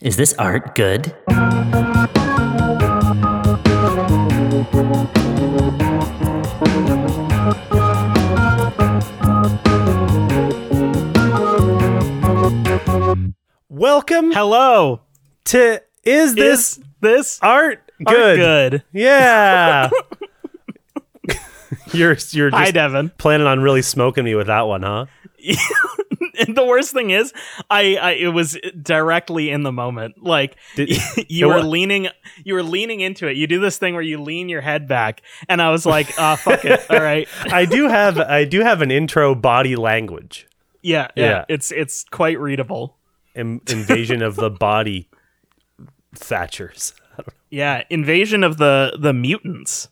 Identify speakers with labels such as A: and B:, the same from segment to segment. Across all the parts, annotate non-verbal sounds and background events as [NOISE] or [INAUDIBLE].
A: Is this art good?
B: Welcome
C: Hello.
B: to Is This
C: Is this
B: Art
C: art
B: Good?
C: good? [LAUGHS]
B: Yeah. you're you're
C: Hi,
B: just
C: Devin.
B: planning on really smoking me with that one, huh?
C: [LAUGHS] And the worst thing is, I, I it was directly in the moment. Like
B: Did-
C: [LAUGHS]
B: It
C: you
B: wa-
C: were leaning, you were leaning into it. You do this thing where you lean your head back, and I was like, "Ah,
B: [LAUGHS]
C: fuck it, all right,
B: I do have I do have an intro body language.
C: yeah, yeah,
B: Yeah.
C: It's it's quite readable.
B: Im- invasion of the body thatchers.
C: Yeah, invasion of the the mutants.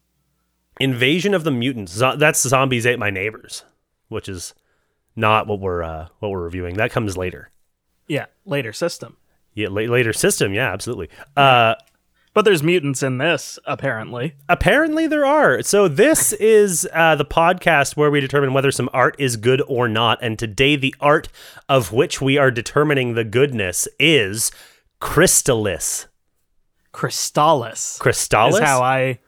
B: Invasion of the mutants. Zo- that's zombies ate my neighbors, which is not what we're uh, what we're reviewing. That comes later.
C: Yeah, later system,
B: Yeah, la- later system. Yeah, absolutely. Uh,
C: but there's mutants in this apparently.
B: Apparently there are. So this is uh, the podcast where we determine whether some art is good or not. And today the art of which we are determining the goodness is Crystallis.
C: Crystallis
B: Crystallis?
C: is how I.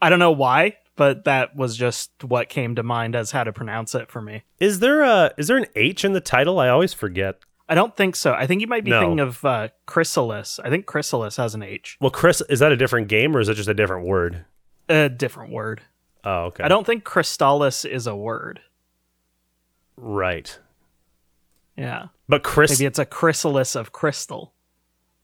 C: I don't know why, but that was just what came to mind as how to pronounce it for me.
B: is there a is there an H in the title? I always forget.
C: I don't think so. I think you might be
B: No.
C: thinking of uh, Chrysalis. I think Chrysalis has an H,
B: Well, Chris, is that a different game or is it just a different word?
C: a different word.
B: Oh, okay.
C: I don't think Crystallis is a word.
B: right.
C: Yeah,
B: But Chris
C: maybe it's a chrysalis of crystal.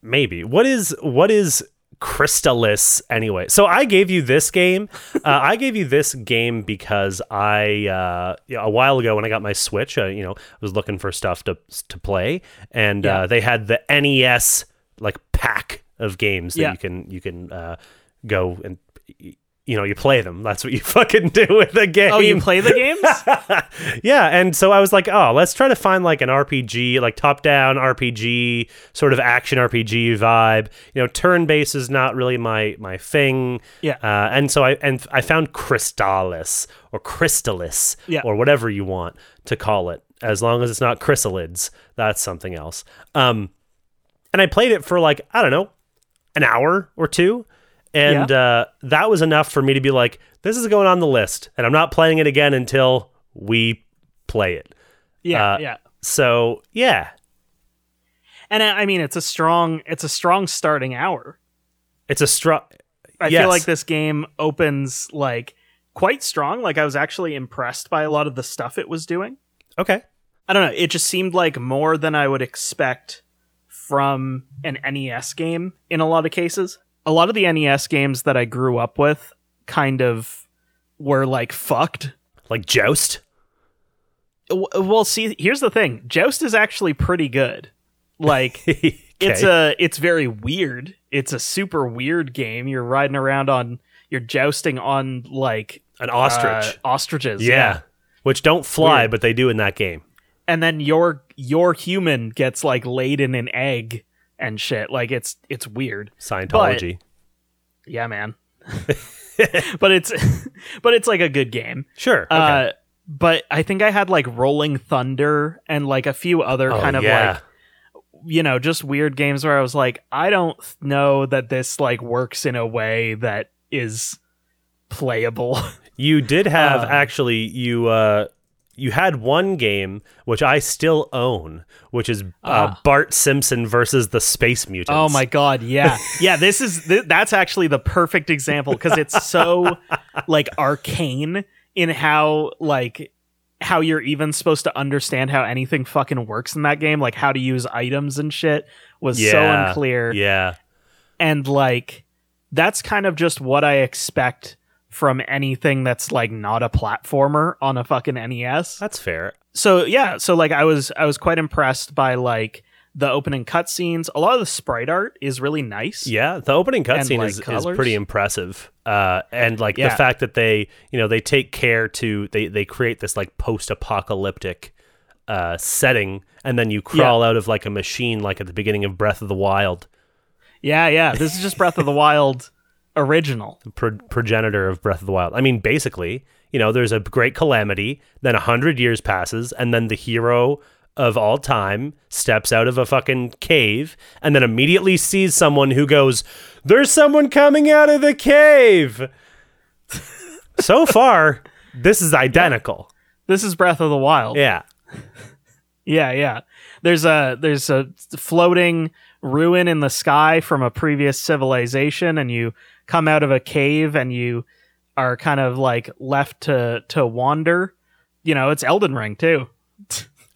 B: maybe what is what is crystallis anyway so i gave you this game uh, i gave you this game because i uh, yeah, a while ago when i got my switch uh, you know i was looking for stuff to to play and
C: Yeah.
B: uh, they had the nes like pack of games that
C: Yeah.
B: you can you can uh, go and you know you play them that's what you [LAUGHS] fucking do with a game
C: Oh, you play the
B: [LAUGHS]
C: games?
B: Uh, yeah, and so I was like, oh, let's try to find like an RPG, like top down RPG, sort of action RPG vibe. You know, turn based is not really my my thing.
C: Yeah.
B: Uh, and so I and I found Crystallis or Crystallis
C: Yeah.
B: or whatever you want to call it, as long as it's not chrysalids. That's something else. Um, and I played it for like I don't know, an hour or two. And uh, that was enough for me to be like, this is going on the list, and I'm not playing it again until we play it.
C: yeah,
B: Uh,
C: yeah.
B: So yeah,
C: And uh, I, I mean, it's a strong, it's a strong starting hour.
B: it's a strong.
C: I
B: Yes.
C: feel like this game opens like quite strong. Like I was actually impressed by a lot of the stuff it was doing.
B: Okay.
C: I don't know. It just seemed like more than I would expect from an NES game in a lot of cases. A lot of the NES games that I grew up with kind of were like fucked.
B: Like Joust. [LAUGHS]
C: W- Well, see, here's the thing. Joust is actually pretty good. Like
B: [LAUGHS]
C: it's
B: Okay.
C: a it's very weird. It's a super weird game. You're riding around on you're jousting on like
B: an
C: uh,
B: ostrich.
C: ostriches.
B: yeah. Which don't fly,
C: Weird.
B: but they do in that game.
C: and then your your human gets like laid in an egg and shit like it's it's weird
B: Scientology.
C: yeah
B: [LAUGHS]
C: man but it's [LAUGHS] but it's like a good game
B: sure. Okay.
C: uh but i think i had like rolling thunder and like a few other
B: Oh,
C: kind of
B: yeah.
C: like you know just weird games where i was like i don't th- know that this like works in a way that is playable [LAUGHS]
B: You did have
C: Uh,
B: actually you uh you had one game which I still own, which is uh,
C: Ah.
B: Bart Simpson versus the Space Mutants.
C: Oh my god, yeah. Yeah, this is th- that's actually the perfect example cuz it's so like arcane in how like how you're even supposed to understand how anything fucking works in that game, like how to use items and shit was so
B: Yeah,
C: unclear.
B: Yeah.
C: And like that's kind of just what I expect from anything that's like not a platformer on a fucking NES
B: That's fair.
C: so yeah so like i was i was quite impressed by like the opening cutscenes a lot of the sprite art is really nice
B: Yeah, the opening
C: And,
B: cutscene
C: like,
B: is, is
C: colors.
B: pretty impressive. Uh, and like the
C: Yeah.
B: fact that they, you know, they take care to they they create this like post-apocalyptic uh setting and then you crawl out of like a machine like at the beginning of Breath of the Wild,
C: yeah yeah this is just breath of the wild original
B: pro- progenitor of Breath of the Wild. I mean, basically, you know, there's a great calamity, then a hundred years passes, and then the hero of all time steps out of a fucking cave and then immediately sees someone who goes, There's someone coming out of the cave. [LAUGHS] so far, this is identical.
C: This is Breath of the Wild.
B: Yeah.
C: Yeah, yeah. There's a there's a floating ruin in the sky from a previous civilization, and you come out of a cave and you are kind of like left to to wander. You know, it's Elden Ring too.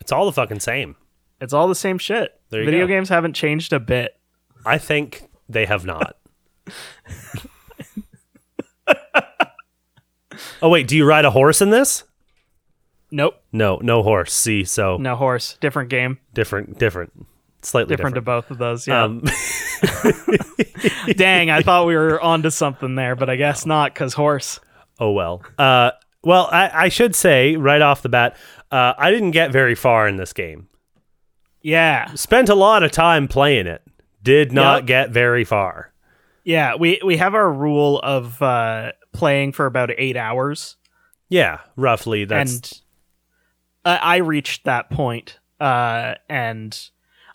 B: It's all the fucking same.
C: It's all the same shit.
B: There you
C: Video
B: go.
C: games haven't changed a bit.
B: I think they have not. oh wait, do you ride a horse in this?
C: Nope.
B: No, no horse. See, so
C: No horse. Different game.
B: different, different, slightly
C: Different,
B: different.
C: to both of those. Yeah.
B: Um, [LAUGHS]
C: [LAUGHS] Dang, I thought we were onto something there, but I guess not because horse.
B: oh well. Uh, well, I, I should say right off the bat, uh, I didn't get very far in this game.
C: Yeah.
B: Spent a lot of time playing it. Did not
C: Yep.
B: get very far.
C: Yeah. We we have our rule of uh playing for about eight hours.
B: Yeah, roughly. That's
C: and uh, I reached that point. Uh and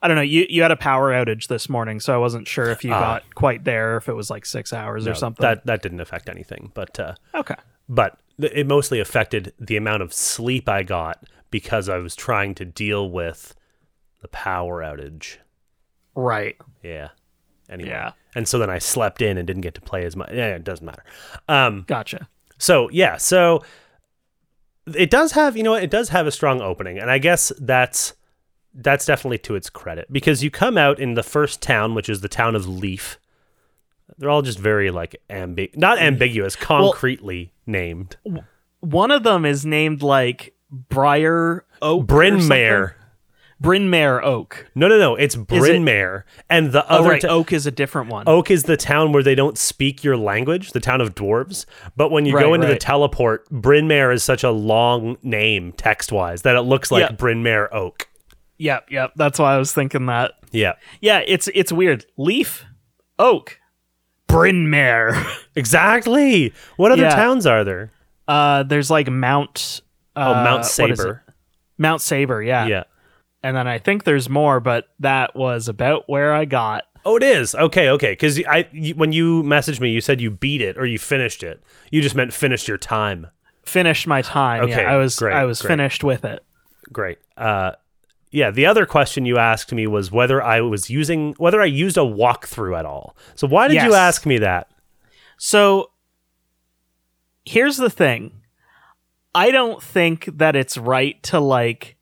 C: I don't know, you you had a power outage this morning, so I wasn't sure if you
B: Ah.
C: got quite there, if it was like six hours or
B: no,
C: something.
B: That that didn't affect anything, but uh,
C: okay.
B: but th- it mostly affected the amount of sleep I got because I was trying to deal with the power outage.
C: Right.
B: Yeah. Anyway.
C: Yeah.
B: And so then I slept in and didn't get to play as much. Yeah, it doesn't matter. Um,
C: Gotcha.
B: so yeah, so it does have, you know, what, it does have a strong opening, and I guess that's that's definitely to its credit because you come out in the first town, which is the town of Leaf. They're all just very like ambi- not ambiguous, concretely named.
C: One of them is named like Briar Oak. or
B: Brynmare.
C: something. Brynmare Oak.
B: No, no, no. It's Brynmare, and the
C: Oh,
B: other
C: right. Oh.
B: t-
C: Oak is a different one.
B: Oak is the town where they don't speak your language, the town of dwarves. But when you go
C: Right,
B: into the
C: right.
B: teleport, Brynmare is such a long name text wise that it looks like
C: Yeah.
B: Brynmare Oak.
C: Yep, yep. That's why I was thinking that.
B: Yeah,
C: Yeah, it's it's weird. Leaf, Oak, [LAUGHS] Brynmare.
B: exactly. What other
C: Yeah.
B: towns are there?
C: Uh, there's like Mount.
B: Oh,
C: Uh,
B: Mount
C: what is Uh,
B: Saber.
C: it? Mount Saber, yeah.
B: Yeah.
C: And then I think there's more, but that was about where I got.
B: Oh, it is. Okay, okay. Because I, you, when you messaged me, you said you beat it or you finished it. You just meant finished your time.
C: Finished my time. yeah.
B: Okay,
C: I was
B: great,
C: I was
B: great.
C: finished with it.
B: great. Uh, yeah, the other question you asked me was whether I was using whether I used a walkthrough at all. So why did you
C: Yes.
B: ask me that?
C: So here's the thing. I don't think that it's right to like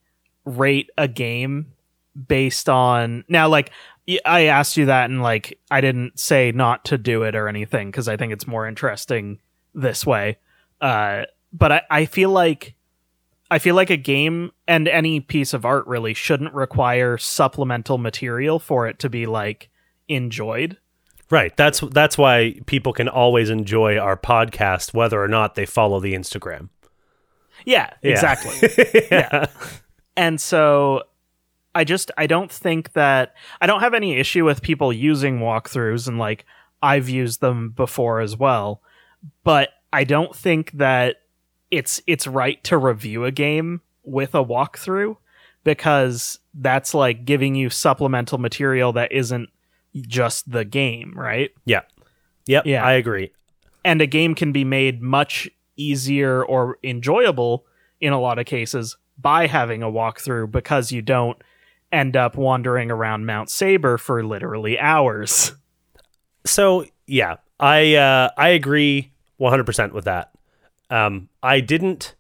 C: rate a game based on now like y- I asked you that and like I didn't say not to do it or anything cuz I think it's more interesting this way. Uh but I I feel like I feel like a game and any piece of art really shouldn't require supplemental material for it to be like enjoyed.
B: Right. That's that's why people can always enjoy our podcast whether or not they follow the Instagram. [LAUGHS]
C: Yeah,
B: Yeah.
C: exactly.
B: yeah.
C: and so i just i don't think that i don't have any issue with people using walkthroughs and like i've used them before as well but i don't think that it's it's right to review a game with a walkthrough because that's like giving you supplemental material that isn't just the game right
B: Yep,
C: Yeah.
B: I agree.
C: and a game can be made much easier or enjoyable in a lot of cases by having a walkthrough because you don't end up wandering around Mount Saber for literally hours.
B: so yeah i uh i agree 100% with that um i didn't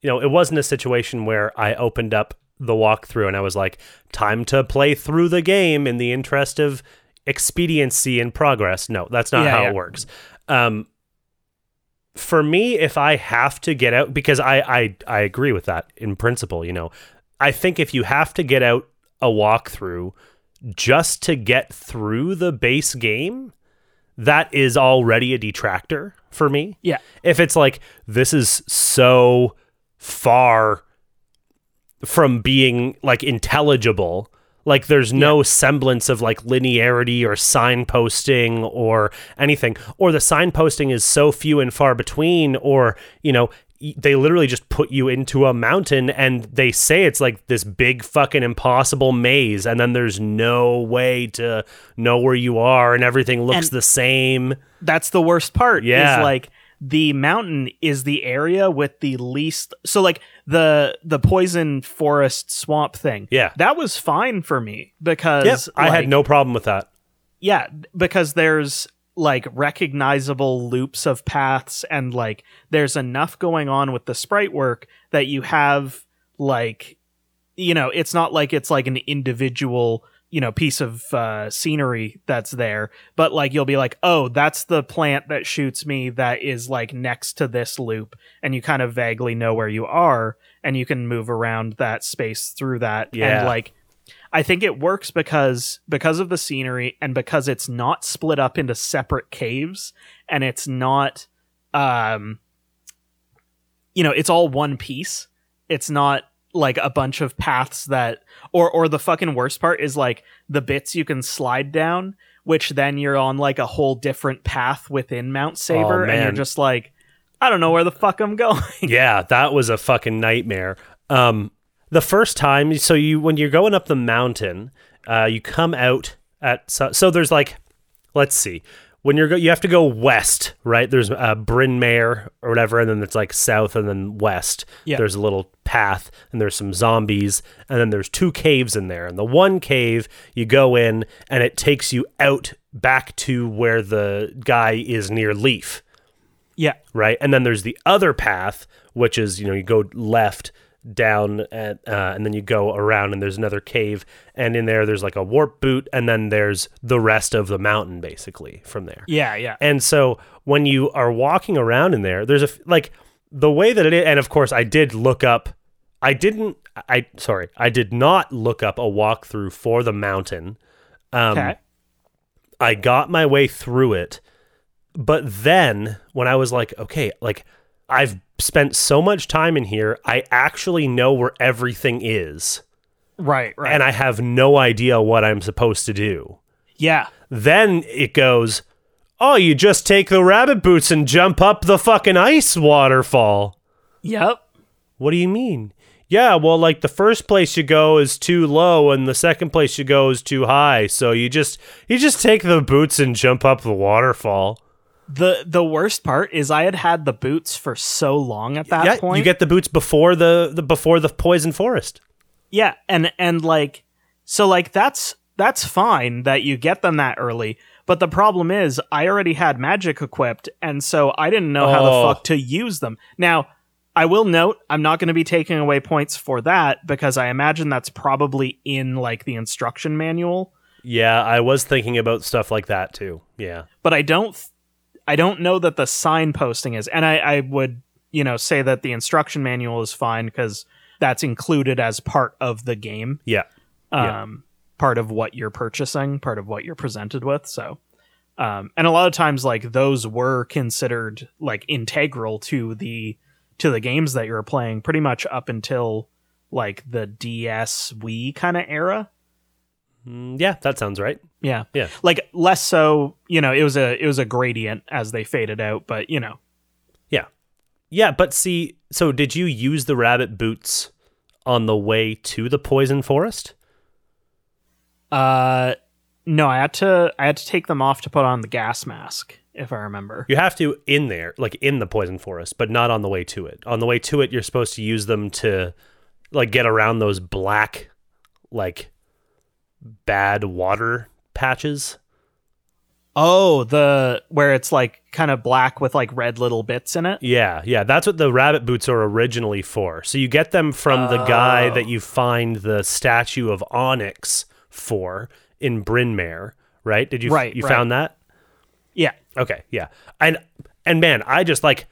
B: you know it wasn't a situation where i opened up the walkthrough and i was like time to play through the game in the interest of expediency and progress no that's not
C: Yeah,
B: how
C: yeah.
B: it works um for me if i have to get out because I, I i agree with that in principle you know i think if you have to get out a walkthrough just to get through the base game that is already a detractor for me
C: Yeah.
B: if it's like this is so far from being like intelligible like there's no semblance of like linearity or signposting or anything or the signposting is so few and far between or you know they literally just put you into a mountain and they say it's like this big fucking impossible maze and then there's no way to know where you are and everything looks
C: And-
B: the same.
C: That's the worst part.
B: Yeah.
C: Is like the mountain is the area with the least so like the the poison forest swamp thing.
B: Yeah.
C: That was fine for me because
B: Yep, I
C: like,
B: had no problem with that.
C: yeah because there's like recognizable loops of paths and like there's enough going on with the sprite work that you have like you know it's not like it's like an individual you know piece of uh, scenery that's there but like you'll be like oh that's the plant that shoots me that is like next to this loop and you kind of vaguely know where you are and you can move around that space through that
B: Yeah.
C: and like I think it works because because of the scenery and because it's not split up into separate caves and it's not um you know, it's all one piece. It's not like a bunch of paths that or or the fucking worst part is like the bits you can slide down which then you're on like a whole different path within Mount Saber and you're
B: Oh, man.
C: just like I don't know where the fuck I'm going. [LAUGHS]
B: [LAUGHS] yeah, that was a fucking nightmare. Um, the first time, so you when you're going up the mountain, uh, you come out at so, so there's like, let's see, when you're go, you have to go west, right? There's uh, Bryn Mawr or whatever, and then it's like south and then west.
C: Yeah.
B: There's a little path and there's some zombies and then there's two caves in there. And the one cave you go in and it takes you out back to where the guy is near Leaf
C: yeah.
B: right? And then there's the other path, which is you know you go left down at, uh, and then you go around and there's another cave and in there there's like a warp boot and then there's the rest of the mountain basically from there.
C: Yeah, yeah.
B: And so when you are walking around in there, there's a f- like the way that it is, and of course I did look up. I didn't. I sorry. I did not look up a walkthrough for the mountain. Um,
C: Okay.
B: I got my way through it. But then when I was like, okay, like I've spent so much time in here, I actually know where everything is
C: right, right.
B: and I have no idea what I'm supposed to do.
C: yeah.
B: Then it goes, oh, you just take the rabbit boots and jump up the fucking ice waterfall.
C: Yep.
B: What do you mean? Yeah, well, like the first place you go is too low, and the second place you go is too high. So you just you just take the boots and jump up the waterfall.
C: the the worst part is I had had the boots for so long at that
B: yeah,
C: point.
B: you get the boots before the, the before the poison forest.
C: yeah, and and like so like that's that's fine that you get them that early, but the problem is I already had magic equipped and so I didn't know how
B: Oh.
C: the fuck to use them. Now, I will note I'm not going to be taking away points for that because I imagine that's probably in like the instruction manual,
B: Yeah, I was thinking about stuff like that too. Yeah,
C: but I don't th- I don't know that the signposting is, and I, I would you know say that the instruction manual is fine because that's included as part of the game,
B: yeah,
C: um,
B: Yeah.
C: part of what you're purchasing, part of what you're presented with. So, um, and a lot of times like those were considered like integral to the to the games that you're playing, pretty much up until like the DS Wii kind of era.
B: Mm, yeah. That sounds right.
C: Yeah.
B: Yeah.
C: Like less so, you know, it was a it was a gradient as they faded out, but you know.
B: Yeah, but see, so did you use the rabbit boots on the way to the poison forest?
C: Uh no, I had to I had to take them off to put on the gas mask, if I remember.
B: You have to in there, like in the poison forest, but not on the way to it. On the way to it, you're supposed to use them to like get around those black like bad water patches.
C: Oh, the where it's like kind of black with like red little bits in it.
B: Yeah, yeah, that's what the rabbit boots are originally for. So you get them from the guy
C: Oh.
B: that you find the statue of Onyx for in Bryn Mawr, right? Did you
C: Right,
B: you
C: right.
B: found that?
C: Yeah.
B: Okay, yeah. And and man, I just like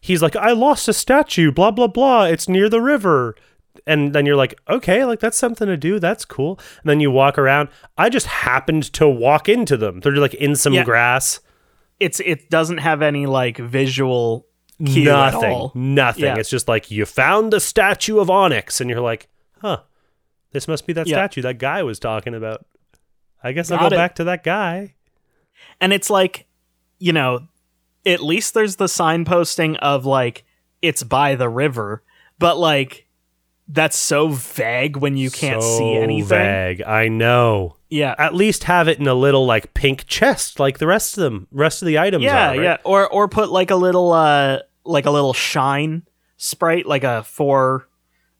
B: he's like, I lost a statue, blah blah blah. It's near the river. And then you're like, okay, like that's something to do. That's cool. And then you walk around. I just happened to walk into them. They're like in some
C: Yeah.
B: grass.
C: It's it doesn't have any like visual cue at
B: nothing.
C: all.
B: Nothing.
C: Yeah.
B: It's just like you found the statue of Onyx, and you're like, huh, this must be that
C: Yeah.
B: statue that guy was talking about. I guess I'll
C: Got
B: go
C: it.
B: back to that guy.
C: And it's like, you know, at least there's the signposting of like it's by the river, but like that's so vague when you can't
B: So
C: see anything.
B: Vague. I know.
C: Yeah.
B: At least have it in a little like pink chest, like the rest of them, rest of the items. are,
C: yeah,
B: right?
C: yeah. Or or put like a little uh like a little shine sprite, like a four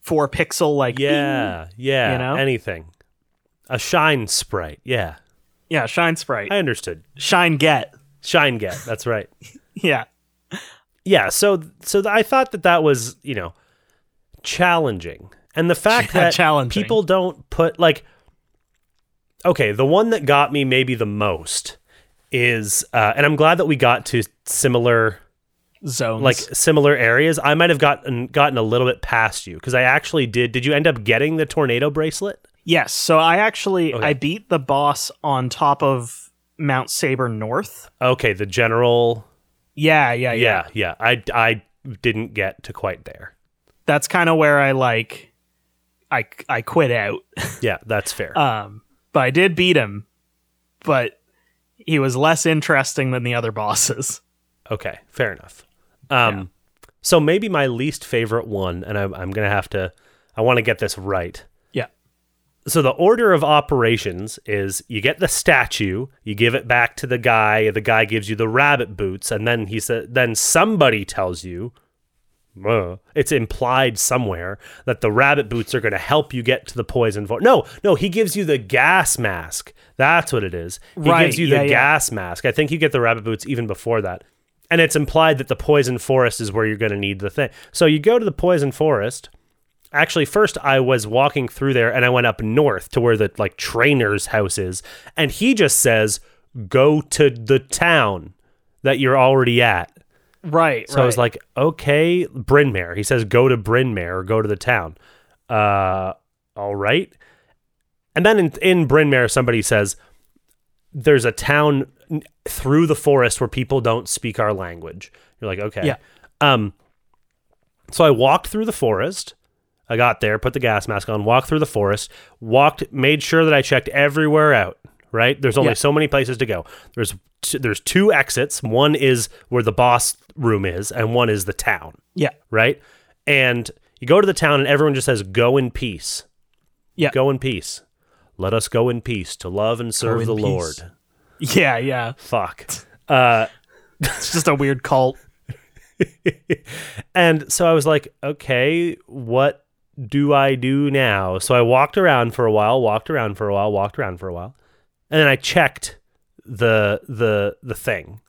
C: four pixel like ding.
B: yeah, yeah.
C: You know?
B: anything. A shine sprite. Yeah,
C: Yeah, shine sprite.
B: I understood.
C: Shine get.
B: Shine get. That's right.
C: Yeah.
B: yeah so so th- i thought that that was you know challenging and the fact
C: Yeah,
B: that
C: challenging.
B: people don't put like okay the one that got me maybe the most is uh, and i'm glad that we got to similar
C: Zones.
B: like similar areas i might have gotten gotten a little bit past you because i actually did did you end up getting the tornado bracelet
C: Yes. So I actually
B: Okay.
C: I beat the boss on top of Mount Saber North.
B: okay the general
C: Yeah, yeah, Uh, yeah.
B: yeah yeah i i didn't get to quite there
C: That's kind of where I like I I quit out.
B: [LAUGHS] yeah that's fair
C: Um, but I did beat him, but he was less interesting than the other bosses.
B: Okay, fair enough. Um, So maybe my least favorite one, and I'm, I'm going to have to, I want to get this right.
C: Yeah.
B: So the order of operations is you get the statue, you give it back to the guy, the guy gives you the rabbit boots, and then he said, then somebody tells you, uh, it's implied somewhere that the rabbit boots are going to help you get to the poison. Vo- no, no, he gives you the gas mask. That's what it is. He
C: Right,
B: gives you
C: yeah,
B: the
C: yeah.
B: gas mask. I think you get the rabbit boots even before that. And it's implied that the poison forest is where you're going to need the thing. So you go to the poison forest. Actually, first I was walking through there and I went up north to where the like trainer's house is, and he just says, "Go to the town that you're already at."
C: Right.
B: So I was like, okay, Bryn Mawr. He says, go to Bryn Mawr, or go to the town. Uh, all right. And then in, in Bryn Mawr, somebody says, there's a town n- through the forest where people don't speak our language. You're like, okay.
C: Yeah.
B: Um, so I walked through the forest. I got there, put the gas mask on, walked through the forest, walked, made sure that I checked everywhere out. Right? There's only
C: Yeah.
B: so many places to go. There's t- there's two exits. One is where the boss room is, and one is the town.
C: yeah,
B: Right? And you go to the town, and everyone just says, "Go in peace."
C: Yeah.
B: Go in peace. Let us go in peace to love and serve
C: in
B: the
C: peace.
B: Lord.
C: yeah, yeah. [LAUGHS]
B: Fuck. Uh,
C: It's just a weird cult.
B: and so I was like, okay, what do I do now? So I walked around for a while, walked around for a while, walked around for a while, and then I checked the the the thing,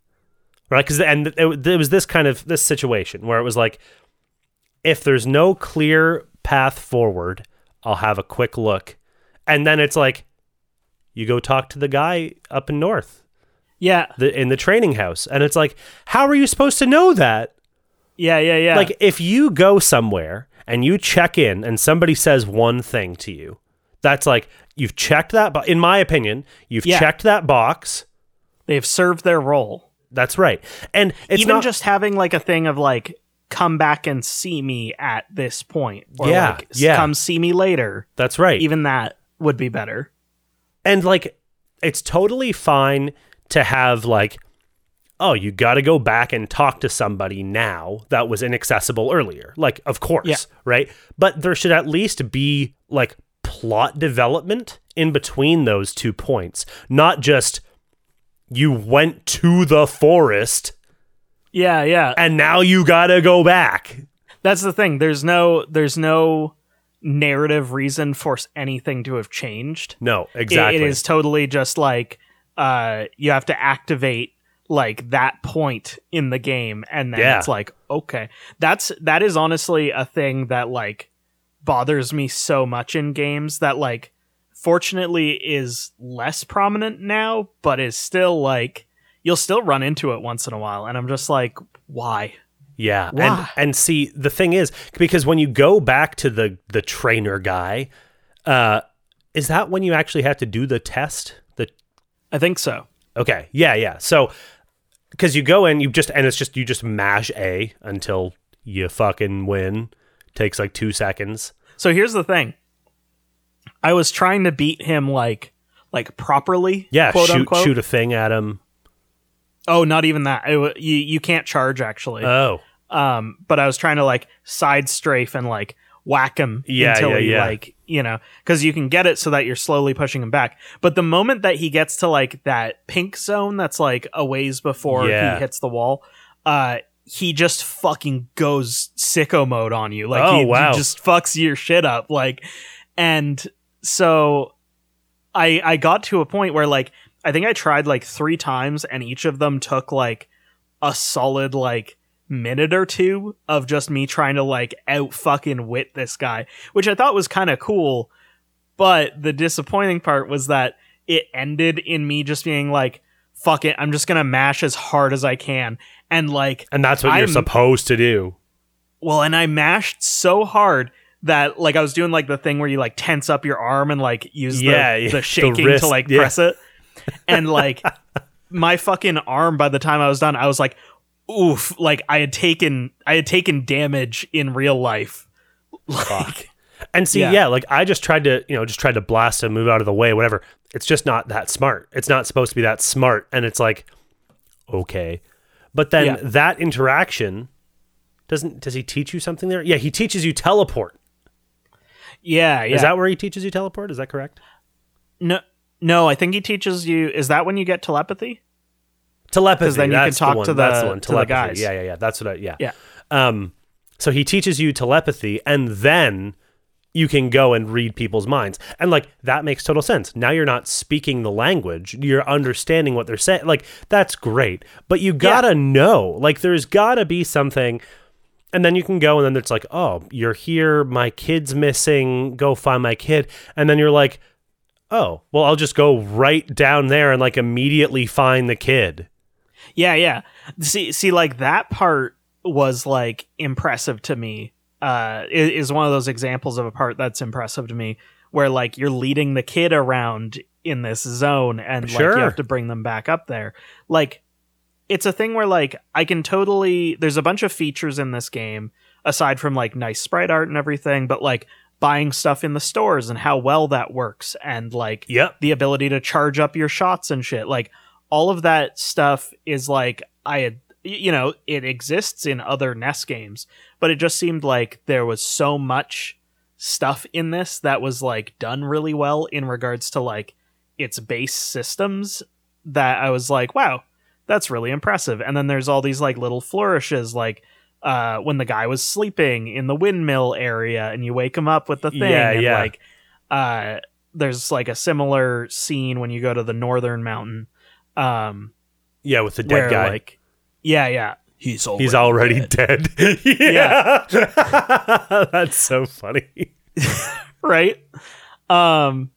B: right? Because and it, w- there was this kind of this situation where it was like, if there's no clear path forward, I'll have a quick look, and then it's like, you go talk to the guy up in north
C: Yeah,
B: the, in the training house, and it's like, how are you supposed to know that?
C: yeah, yeah, yeah.
B: Like if you go somewhere and you check in and somebody says one thing to you, that's like you've checked that. Bo- in my opinion, you've
C: Yeah.
B: checked that box.
C: they've served their role.
B: That's right. And it's
C: Even
B: not
C: just having like a thing of like, come back and see me at this point, or
B: Yeah,
C: like, s-
B: yeah.
C: come see me later.
B: that's right.
C: Even that would be better.
B: and like it's totally fine to have like oh you got to go back and talk to somebody now that was inaccessible earlier like of course
C: Yeah.
B: right but there should at least be like plot development in between those two points not just you went to the forest
C: Yeah, yeah.
B: and now you got to go back
C: That's the thing. There's no, there's no narrative reason for s- anything to have changed.
B: no
C: It-
B: exactly
C: it is totally just like uh you have to activate like that point in the game and then
B: Yeah.
C: it's like okay that's that is honestly a thing that like bothers me so much in games that like fortunately is less prominent now but is still like you'll still run into it once in a while and i'm just like why
B: Yeah, and
C: Why?
B: and see the thing is because when you go back to the the trainer guy, uh, is that when you actually have to do the test? The
C: i think so
B: okay, yeah, yeah. So because you go in, you just and it's just you just mash A until you fucking win. Takes like two seconds.
C: so here's the thing i was trying to beat him like like properly
B: Yeah,
C: quote
B: shoot
C: unquote.
B: shoot a thing at him.
C: Oh, not even that. It, wa- you you can't charge actually.
B: Oh,
C: Um, but I was trying to like side strafe and like whack him
B: Yeah,
C: until
B: yeah,
C: he
B: yeah.
C: like you know because you can get it so that you're slowly pushing him back. But the moment that he gets to like that pink zone that's like a ways before
B: Yeah.
C: he hits the wall, uh, he just fucking goes sicko mode on you. Like
B: Oh,
C: he,
B: wow.
C: he just fucks your shit up. Like and so I I got to a point where like I think I tried like three times and each of them took like a solid like minute or two of just me trying to like out fucking wit this guy, which I thought was kind of cool. But the disappointing part was that it ended in me just being like, fuck it, I'm just gonna mash as hard as I can. And like
B: And that's what you're
C: I'm-
B: supposed to do.
C: well, and I mashed so hard that like I was doing like the thing where you like tense up your arm and like use
B: Yeah,
C: the,
B: yeah, [LAUGHS]
C: the
B: the
C: shaking
B: wrist,
C: to like
B: yeah.
C: press it. And like [LAUGHS] my fucking arm by the time I was done, I was like, oof, like I had taken I had taken damage in real life. Like
B: [LAUGHS] And see, yeah.
C: Yeah.
B: like I just tried to, you know, just tried to blast him, move out of the way, whatever. It's just not that smart. It's not supposed to be that smart. And it's like, okay. But then
C: Yeah.
B: that interaction doesn't does he teach you something there? Yeah, he teaches you teleport.
C: Yeah, yeah.
B: Is that where he teaches you teleport? Is that correct?
C: no no, I think he teaches you is that when you get telepathy?
B: Telepathy.
C: 'Cause then you can
B: that's
C: talk
B: the one.
C: to
B: that's
C: the-
B: the one.
C: to the
B: Telepathy.
C: guys.
B: Yeah, yeah, yeah. That's what I yeah.
C: Yeah.
B: Um so he teaches you telepathy and then you can go and read people's minds. And like that makes total sense. Now you're not speaking the language. You're understanding what they're saying. Like that's great. But you got to know. Like there's got to be something and then you can go and then it's like, "Oh, you're here. My kid's missing. Go find my kid." And then you're like, "Oh, well, I'll just go right down there and like immediately find the kid."
C: Yeah, yeah. See, see, like that part was like impressive to me. Uh, i- is one of those examples of a part that's impressive to me, where like you're leading the kid around in this zone, and like
B: Sure.
C: you have to bring them back up there. Like, it's a thing where like I can totally. There's a bunch of features in this game aside from like nice sprite art and everything, but like buying stuff in the stores and how well that works, and like
B: Yep.
C: the ability to charge up your shots and shit. Like all of that stuff is like I had y- you know, it exists in other NES games, but it just seemed like there was so much stuff in this that was like done really well in regards to like its base systems that I was like, wow, that's really impressive. And then there's all these like little flourishes like uh, when the guy was sleeping in the windmill area and you wake him up with the thing
B: Yeah,
C: and
B: yeah.
C: like uh, there's like a similar scene when you go to the northern mountain um
B: Yeah, with the
C: where
B: dead guy.
C: like yeah yeah he's already
B: He's already dead. [LAUGHS] yeah. [LAUGHS] That's so funny.
C: right um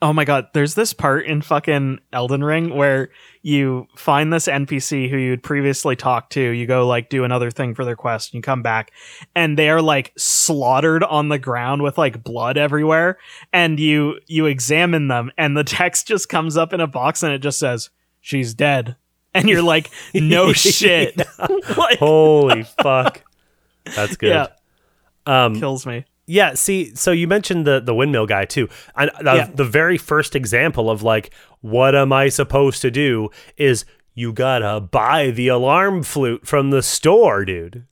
C: oh my god there's this part in fucking elden ring where you find this npc who you'd previously talked to you go like do another thing for their quest and you come back and they are like slaughtered on the ground with like blood everywhere and you you examine them and the [LAUGHS] text just comes up in a box and it just says she's dead and you're like no shit [LAUGHS]
B: [LAUGHS]
C: like
B: Holy fuck. That's good.
C: Yeah.
B: Um
C: kills me
B: yeah, see, so you mentioned the the windmill guy too. And the,
C: Yeah.
B: the very first example of like what am I supposed to do is you got to buy the alarm flute from the store, dude.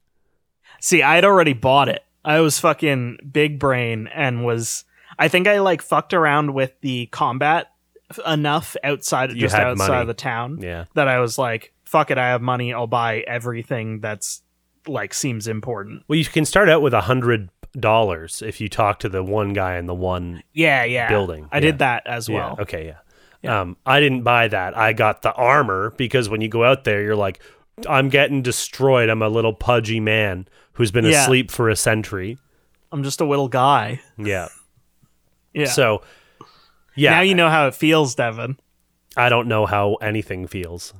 C: See, I had already bought it. I was fucking big brain and was. I think I like fucked around with the combat f- enough outside,
B: You
C: just
B: had
C: outside
B: money.
C: of the town,
B: Yeah.
C: that I was like, "Fuck it, I have money. I'll buy everything that's like seems important."
B: Well, you can start out with a hundred dollars if you talk to the one guy in the one
C: Yeah, yeah.
B: Building,
C: I
B: yeah.
C: did that as
B: Yeah,
C: well.
B: okay, yeah. Um, I didn't buy that. I got the armor because when you go out there, you're like, I'm getting destroyed. I'm a little pudgy man who's been
C: Yeah.
B: asleep for a century.
C: I'm just a little guy.
B: Yeah.
C: Yeah.
B: So, yeah,
C: Now you know how it feels, Devin.
B: I don't know how anything feels.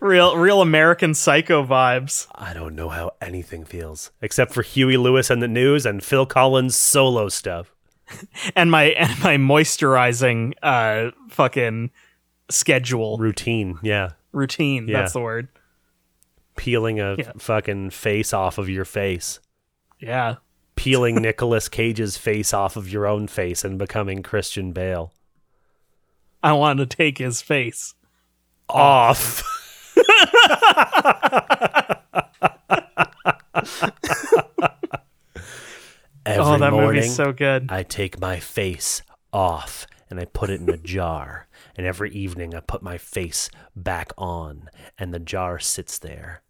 C: Real, real American Psycho vibes.
B: I don't know how anything feels except for Huey Lewis and the news and Phil Collins solo stuff.
C: and my and my moisturizing uh fucking schedule
B: Routine. Yeah.
C: routine
B: Yeah.
C: that's the word
B: Peeling a
C: Yeah.
B: fucking face off of your face.
C: yeah [LAUGHS]
B: Peeling Nicolas Cage's face off of your own face and becoming Christian Bale.
C: i want to take his face [LAUGHS]
B: off. Every
C: oh, that
B: morning,
C: movie's so good.
B: I take my face off and I put it in a jar. And every evening, I put my face back on, and the jar sits there.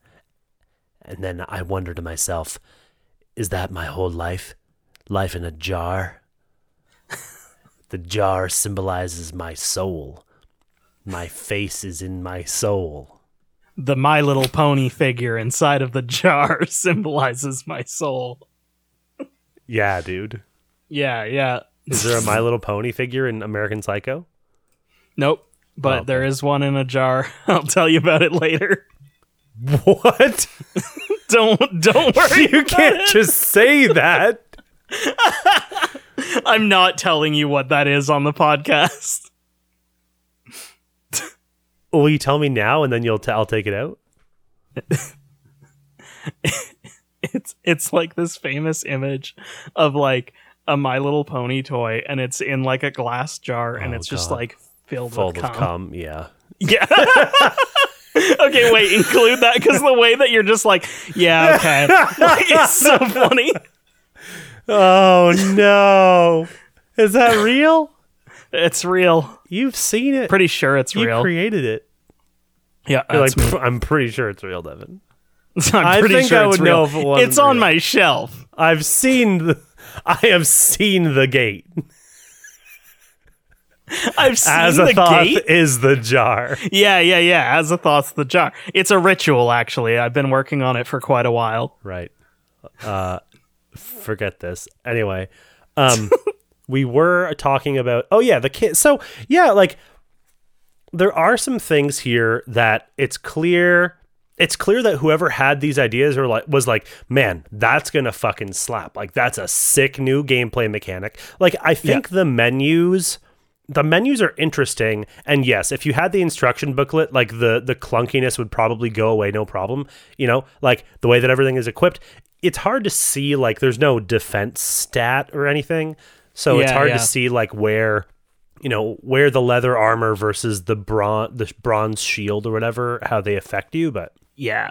B: And then I wonder to myself, is that my whole life? Life in a jar? [LAUGHS] the jar symbolizes my soul. My face is in my soul.
C: The My Little Pony figure inside of the jar [LAUGHS] symbolizes my soul.
B: Yeah, dude.
C: Yeah, yeah.
B: Is there a My Little Pony figure in American Psycho?
C: Nope. But
B: Oh.
C: there is one in a jar. [LAUGHS] I'll tell you about it later.
B: [LAUGHS] What?
C: Don't don't worry.
B: [LAUGHS] You
C: about
B: can't
C: it.
B: just say that.
C: I'm not telling you what that is on the podcast. [LAUGHS]
B: Will you tell me now, and then you'll t- I'll take it out?
C: it's it's like this famous image of like a My Little Pony toy, and it's in like a glass jar, and
B: Oh,
C: it's just
B: God.
C: like filled
B: Full of
C: with cum.
B: cum. Yeah.
C: Yeah. [LAUGHS] okay, wait, include that because the way that you're just like, yeah,
B: [LAUGHS]
C: okay, like, it's so funny.
B: Oh no! Is that real?
C: It's real.
B: You've seen it.
C: Pretty sure it's
B: you
C: real.
B: created it.
C: yeah,
B: You're
C: that's
B: like,
C: me.
B: "Pff, I'm pretty sure it's real, Devin.
C: [LAUGHS] I'm
B: I
C: pretty
B: think
C: sure
B: I
C: it's
B: would
C: real.
B: know if it wasn't
C: it's on
B: real.
C: my shelf.
B: I've seen the, I have seen the gate.
C: I've seen
B: As a
C: the
B: thought
C: gate.
B: is the jar.
C: Yeah, yeah, yeah. As a thought's the jar. It's a ritual, actually. I've been working on it for quite a while.
B: Right. Uh, forget this. Anyway, um, [LAUGHS] we were talking about. Oh yeah, the kid. So yeah, like there are some things here that it's clear. It's clear that whoever had these ideas were like was like, man, that's gonna fucking slap. Like that's a sick new gameplay mechanic. Like I think the menus the menus are interesting and yes if you had the instruction booklet like the the clunkiness would probably go away no problem you know like the way that everything is equipped it's hard to see like there's no defense stat or anything so it's
C: Yeah,
B: hard
C: yeah.
B: to see like where you know where the leather armor versus the bronze the bronze shield or whatever how they affect you but
C: Yeah.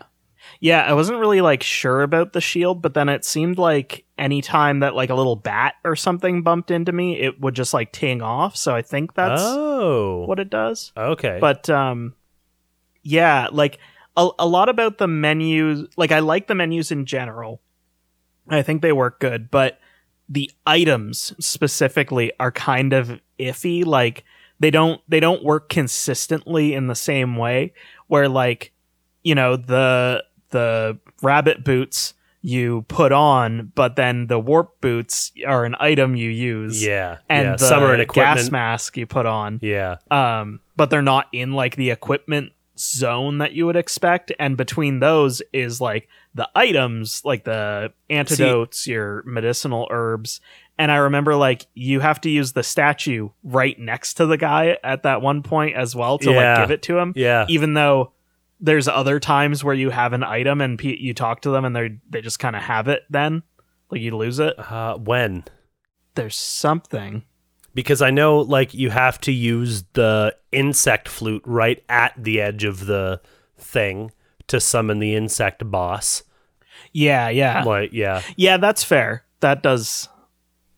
C: Yeah, I wasn't really like sure about the shield, but then it seemed like any time that like a little bat or something bumped into me, it would just like ting off. So I think that's
B: oh
C: what it does.
B: okay
C: But um yeah, like a, a lot about the menus, like I like the menus in general. I think they work good, but the items specifically are kind of iffy like they don't they don't work consistently in the same way where like you know the the rabbit boots you put on but then the warp boots are an item you use
B: yeah
C: and
B: yeah
C: the
B: summer and
C: gas
B: equipment
C: mask you put on
B: yeah
C: um, but they're not in like the equipment zone that you would expect. And between those is like the items, like the antidotes, your medicinal herbs. And I remember like you have to use the statue right next to the guy at that one point as well to
B: Yeah.
C: like give it to him,
B: yeah
C: even though. There's other times where you have an item and pe you talk to them and they they just kind of have it then, like you lose it.
B: uh when
C: There's something.
B: because I know like you have to use the insect flute right at the edge of the thing to summon the insect boss.
C: Yeah, yeah,
B: Like yeah,
C: yeah. That's fair. That does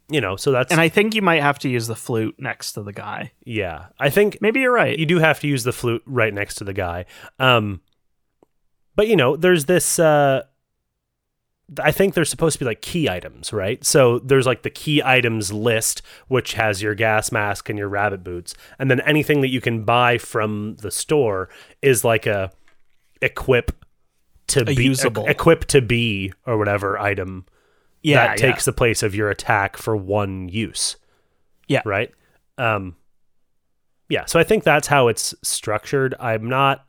B: you know, so that's
C: And I think you might have to use the flute next to the guy.
B: yeah. I think
C: Maybe you're right.
B: you do have to use the flute right next to the guy. Um but you know, there's this uh I think there's supposed to be like key items, right? So there's like the key items list, which has your gas mask and your rabbit boots, and then anything that you can buy from the store is like a equip to
C: A
B: be
C: usable.
B: equip to be or whatever item
C: yeah,
B: that
C: yeah.
B: takes the place of your attack for one use.
C: Yeah.
B: Right. Um. Yeah. So I think that's how it's structured. I'm not,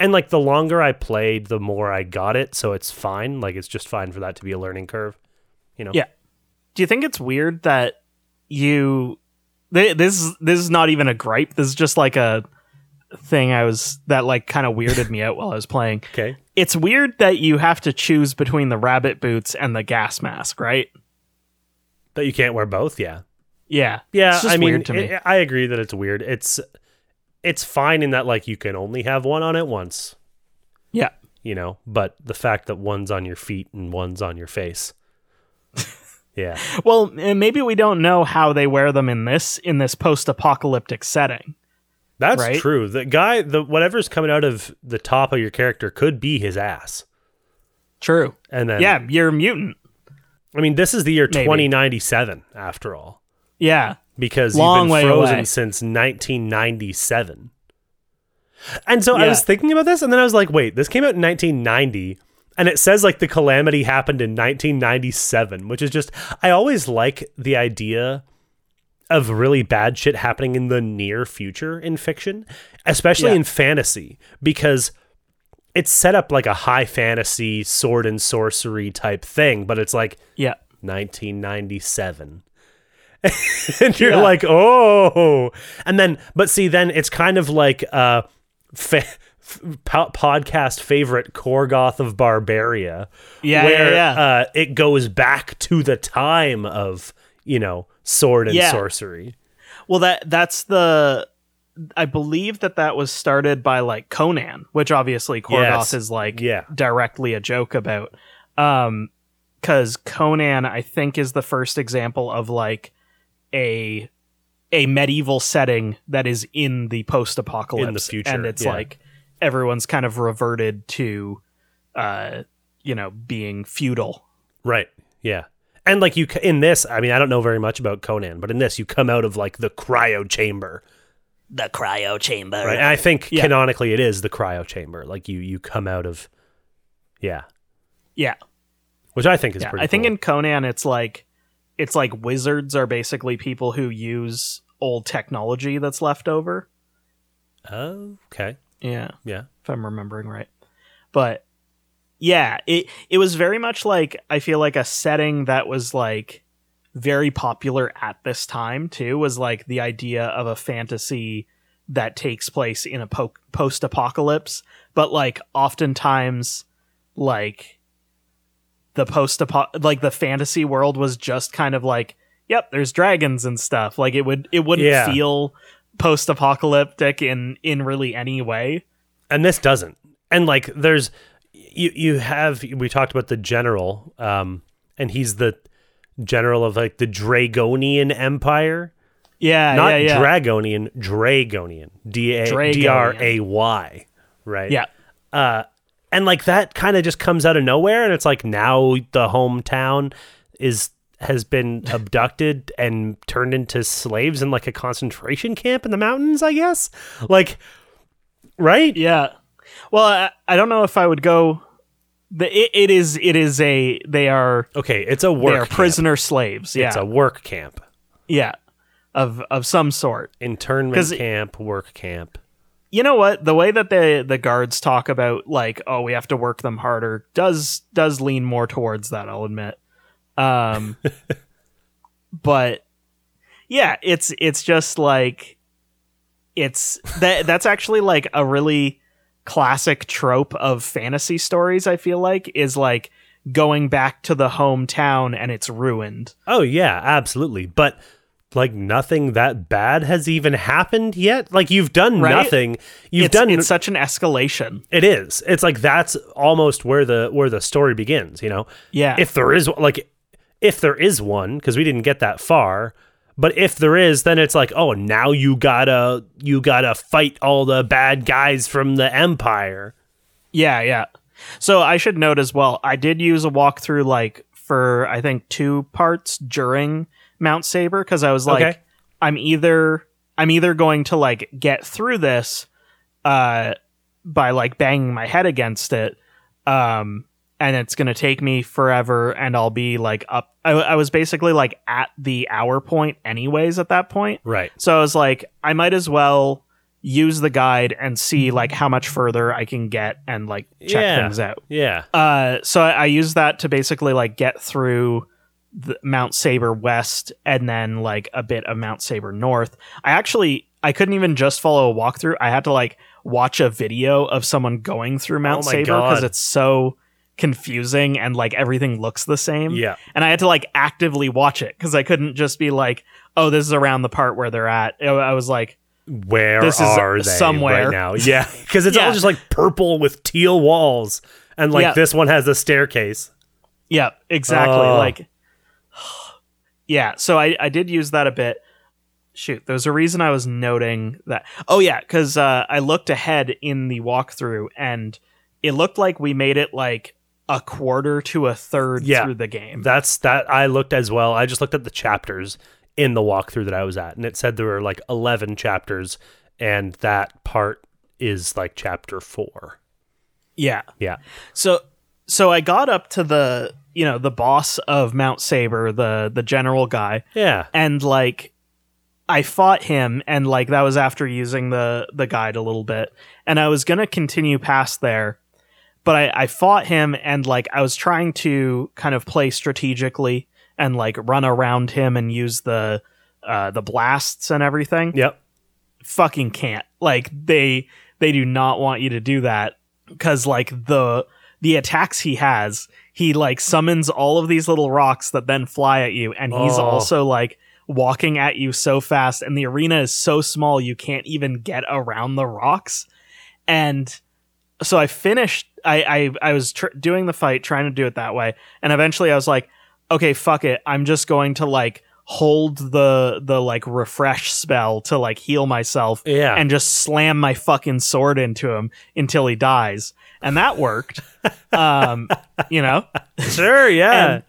B: and like the longer I played, the more I got it. So it's fine. Like it's just fine for that to be a learning curve. You know.
C: Yeah. Do you think it's weird that you thi- this this is not even a gripe. This is just like a thing I was that like kind of weirded me out while I was playing.
B: Okay.
C: It's weird that you have to choose between the rabbit boots and the gas mask, right?
B: That you can't wear both. Yeah.
C: Yeah.
B: Yeah.
C: It's just
B: I mean,
C: weird to me.
B: it- I agree that it's weird. It's it's fine in that like you can only have one on at once,
C: Yeah.
B: you know, but the fact that one's on your feet and one's on your
C: [LAUGHS]
B: face. yeah.
C: Well, eh, maybe we don't know how they wear them in this in this post-apocalyptic setting.
B: That's
C: Right?
B: true. The guy the whatever's coming out of the top of your character could be his ass.
C: True.
B: And then
C: yeah, you're a mutant.
B: I mean, this is the year
C: Maybe.
B: 2097 after all.
C: Yeah.
B: because
C: Long
B: you've
C: way
B: been frozen
C: away.
B: since 1997. And so I
C: Yeah.
B: was thinking about this, and then I was like, wait, this came out in 1990, and it says like the calamity happened in 1997, which is just, I always like the idea of really bad shit happening in the near future in fiction, especially
C: Yeah.
B: in fantasy, because it's set up like a high fantasy sword and sorcery type thing, but it's like,
C: Yeah.
B: 1997 [LAUGHS] and you're
C: Yeah.
B: like oh and then but see then it's kind of like uh fa- f- po- podcast favorite Korgoth of Barbaria
C: Yeah,
B: where
C: yeah, yeah.
B: Uh, it goes back to the time of you know sword and
C: Yeah.
B: sorcery
C: Well, that that's the I believe that that was started by like Conan, which obviously Korgoth
B: Yes.
C: is like
B: Yeah.
C: directly a joke about. Um cuz Conan I think is the first example of like a a medieval setting that is in the post-apocalypse
B: In the future,
C: and it's
B: yeah.
C: like everyone's kind of reverted to uh you know being feudal.
B: right yeah and like you c- in this I mean I don't know very much about Conan but in this you come out of like the cryo chamber
C: The cryo chamber.
B: right and I think
C: Yeah.
B: canonically it is the cryo chamber like you you come out of yeah
C: Yeah.
B: which I think is
C: Yeah,
B: pretty.
C: I think
B: cool.
C: in Conan it's like it's like wizards are basically people who use old technology that's left over.
B: oh, okay,
C: Yeah,
B: yeah,
C: if I'm remembering right. But yeah, it it was very much like I feel like a setting that was like very popular at this time too was like the idea of a fantasy that takes place in a po- post-apocalypse, but like oftentimes like the post like the fantasy world was just kind of like yep there's dragons and stuff like it would it wouldn't
B: Yeah.
C: feel post-apocalyptic in in really any way
B: and this doesn't. And like, there's you you have we talked about the general, um, and he's the general of like the Dragonian Empire,
C: Yeah,
B: not
C: yeah, yeah.
B: Dragonian, Dragonian, D A
C: Dragonian.
B: D R A Y, right?
C: yeah,
B: uh, and like that kind of just comes out of nowhere, and it's like now the hometown is has
C: [LAUGHS]
B: been abducted and turned into slaves in like a concentration camp in the mountains, I guess. Like, right?
C: yeah. Well, I, I don't know if I would go. The it, it is it is a they are
B: Okay, it's a
C: they
B: work
C: are
B: camp.
C: prisoner slaves. Yeah,
B: It's a work camp,
C: yeah, of of some sort.
B: internment
C: 'Cause-
B: camp, work camp.
C: You know what? The way that the the guards talk about like oh we have to work them harder does does lean more towards that. I'll admit.
B: [LAUGHS]
C: Um, but yeah, it's it's just like it's that that's actually like a really classic trope of fantasy stories i feel like is like going back to the hometown and it's ruined
B: Oh yeah, absolutely. But like nothing that bad has even happened yet. Like you've done
C: Right?
B: nothing. You've
C: it's,
B: done
C: it's such an escalation
B: it is. It's like that's almost where the where the story begins, you know.
C: yeah
B: if there is like if there is one because we didn't get that far but if there is then it's like oh now you gotta you gotta fight all the bad guys from the empire
C: yeah yeah so i should note as well i did use a walkthrough like for i think two parts during mount saber because i was like
B: Okay.
C: i'm either i'm either going to like get through this uh by like banging my head against it um and it's gonna take me forever and i'll be like up I, I was basically like at the hour point anyways at that point
B: right
C: so I was like, I might as well use the guide and see like how much further I can get and like check
B: Yeah.
C: things out.
B: yeah
C: Uh, so I, I used that to basically like get through the Mount Saber West and then like a bit of Mount Saber North. I actually I couldn't even just follow a walkthrough. I had to like watch a video of someone going through Mount
B: Oh my
C: Saber because
B: God.
C: it's so confusing and like everything looks the same
B: yeah
C: and I had to like actively watch it because I couldn't just be like, "Oh, this is around the part where they're at." I- I was like,
B: where
C: This is
B: are they
C: somewhere.
B: right now? Yeah, because it's all
C: Yeah.
B: just like purple with teal walls, and like
C: Yeah.
B: this one has a staircase.
C: Yeah, exactly.
B: Oh.
C: Like, [SIGHS] yeah. So I I did use that a bit. Shoot, there's a reason I was noting that. Oh yeah, because uh, I looked ahead in the walkthrough and it looked like we made it like a quarter to a third
B: Yeah.
C: through the game.
B: That's that I looked as well. I just looked at the chapters in the walkthrough that I was at, and it said there were like eleven chapters, and that part is like chapter four.
C: yeah.
B: Yeah,
C: So so I got up to the you know the boss of Mount Saber, the the general guy,
B: yeah,
C: and like I fought him and like that was after using the the guide a little bit and I was going to continue past there but I I fought him and like I was trying to kind of play strategically and like run around him and use the uh the blasts and everything
B: yep,
C: fucking can't like they they do not want you to do that cuz like the the attacks he has he like summons all of these little rocks that then fly at you and he's
B: Oh.
C: also like walking at you so fast and the arena is so small you can't even get around the rocks and so i finished i i, I was tr- doing the fight trying to do it that way and eventually i was like okay fuck it i'm just going to like hold the the like refresh spell to like heal myself
B: yeah.
C: and just slam my fucking sword into him until he dies and
B: [LAUGHS]
C: that worked um you know
B: [LAUGHS] sure, yeah,
C: and,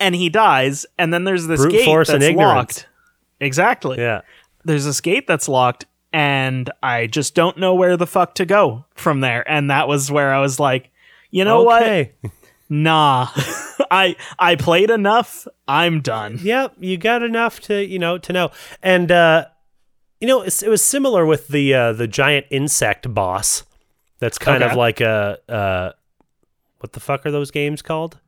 C: and he dies and then there's this
B: Brute
C: gate
B: force and
C: that's
B: ignorance.
C: locked exactly
B: yeah.
C: there's this gate that's locked and I just don't know where the fuck to go from there. And that was where I was like, you know what?
B: okay. [LAUGHS]
C: Nah. [LAUGHS] I I played enough. I'm done.
B: Yep, you got enough to you know to know, and uh, you know it's, it was similar with the uh, the giant insect boss. That's kind
C: Okay.
B: of like a uh, what the fuck are those games called?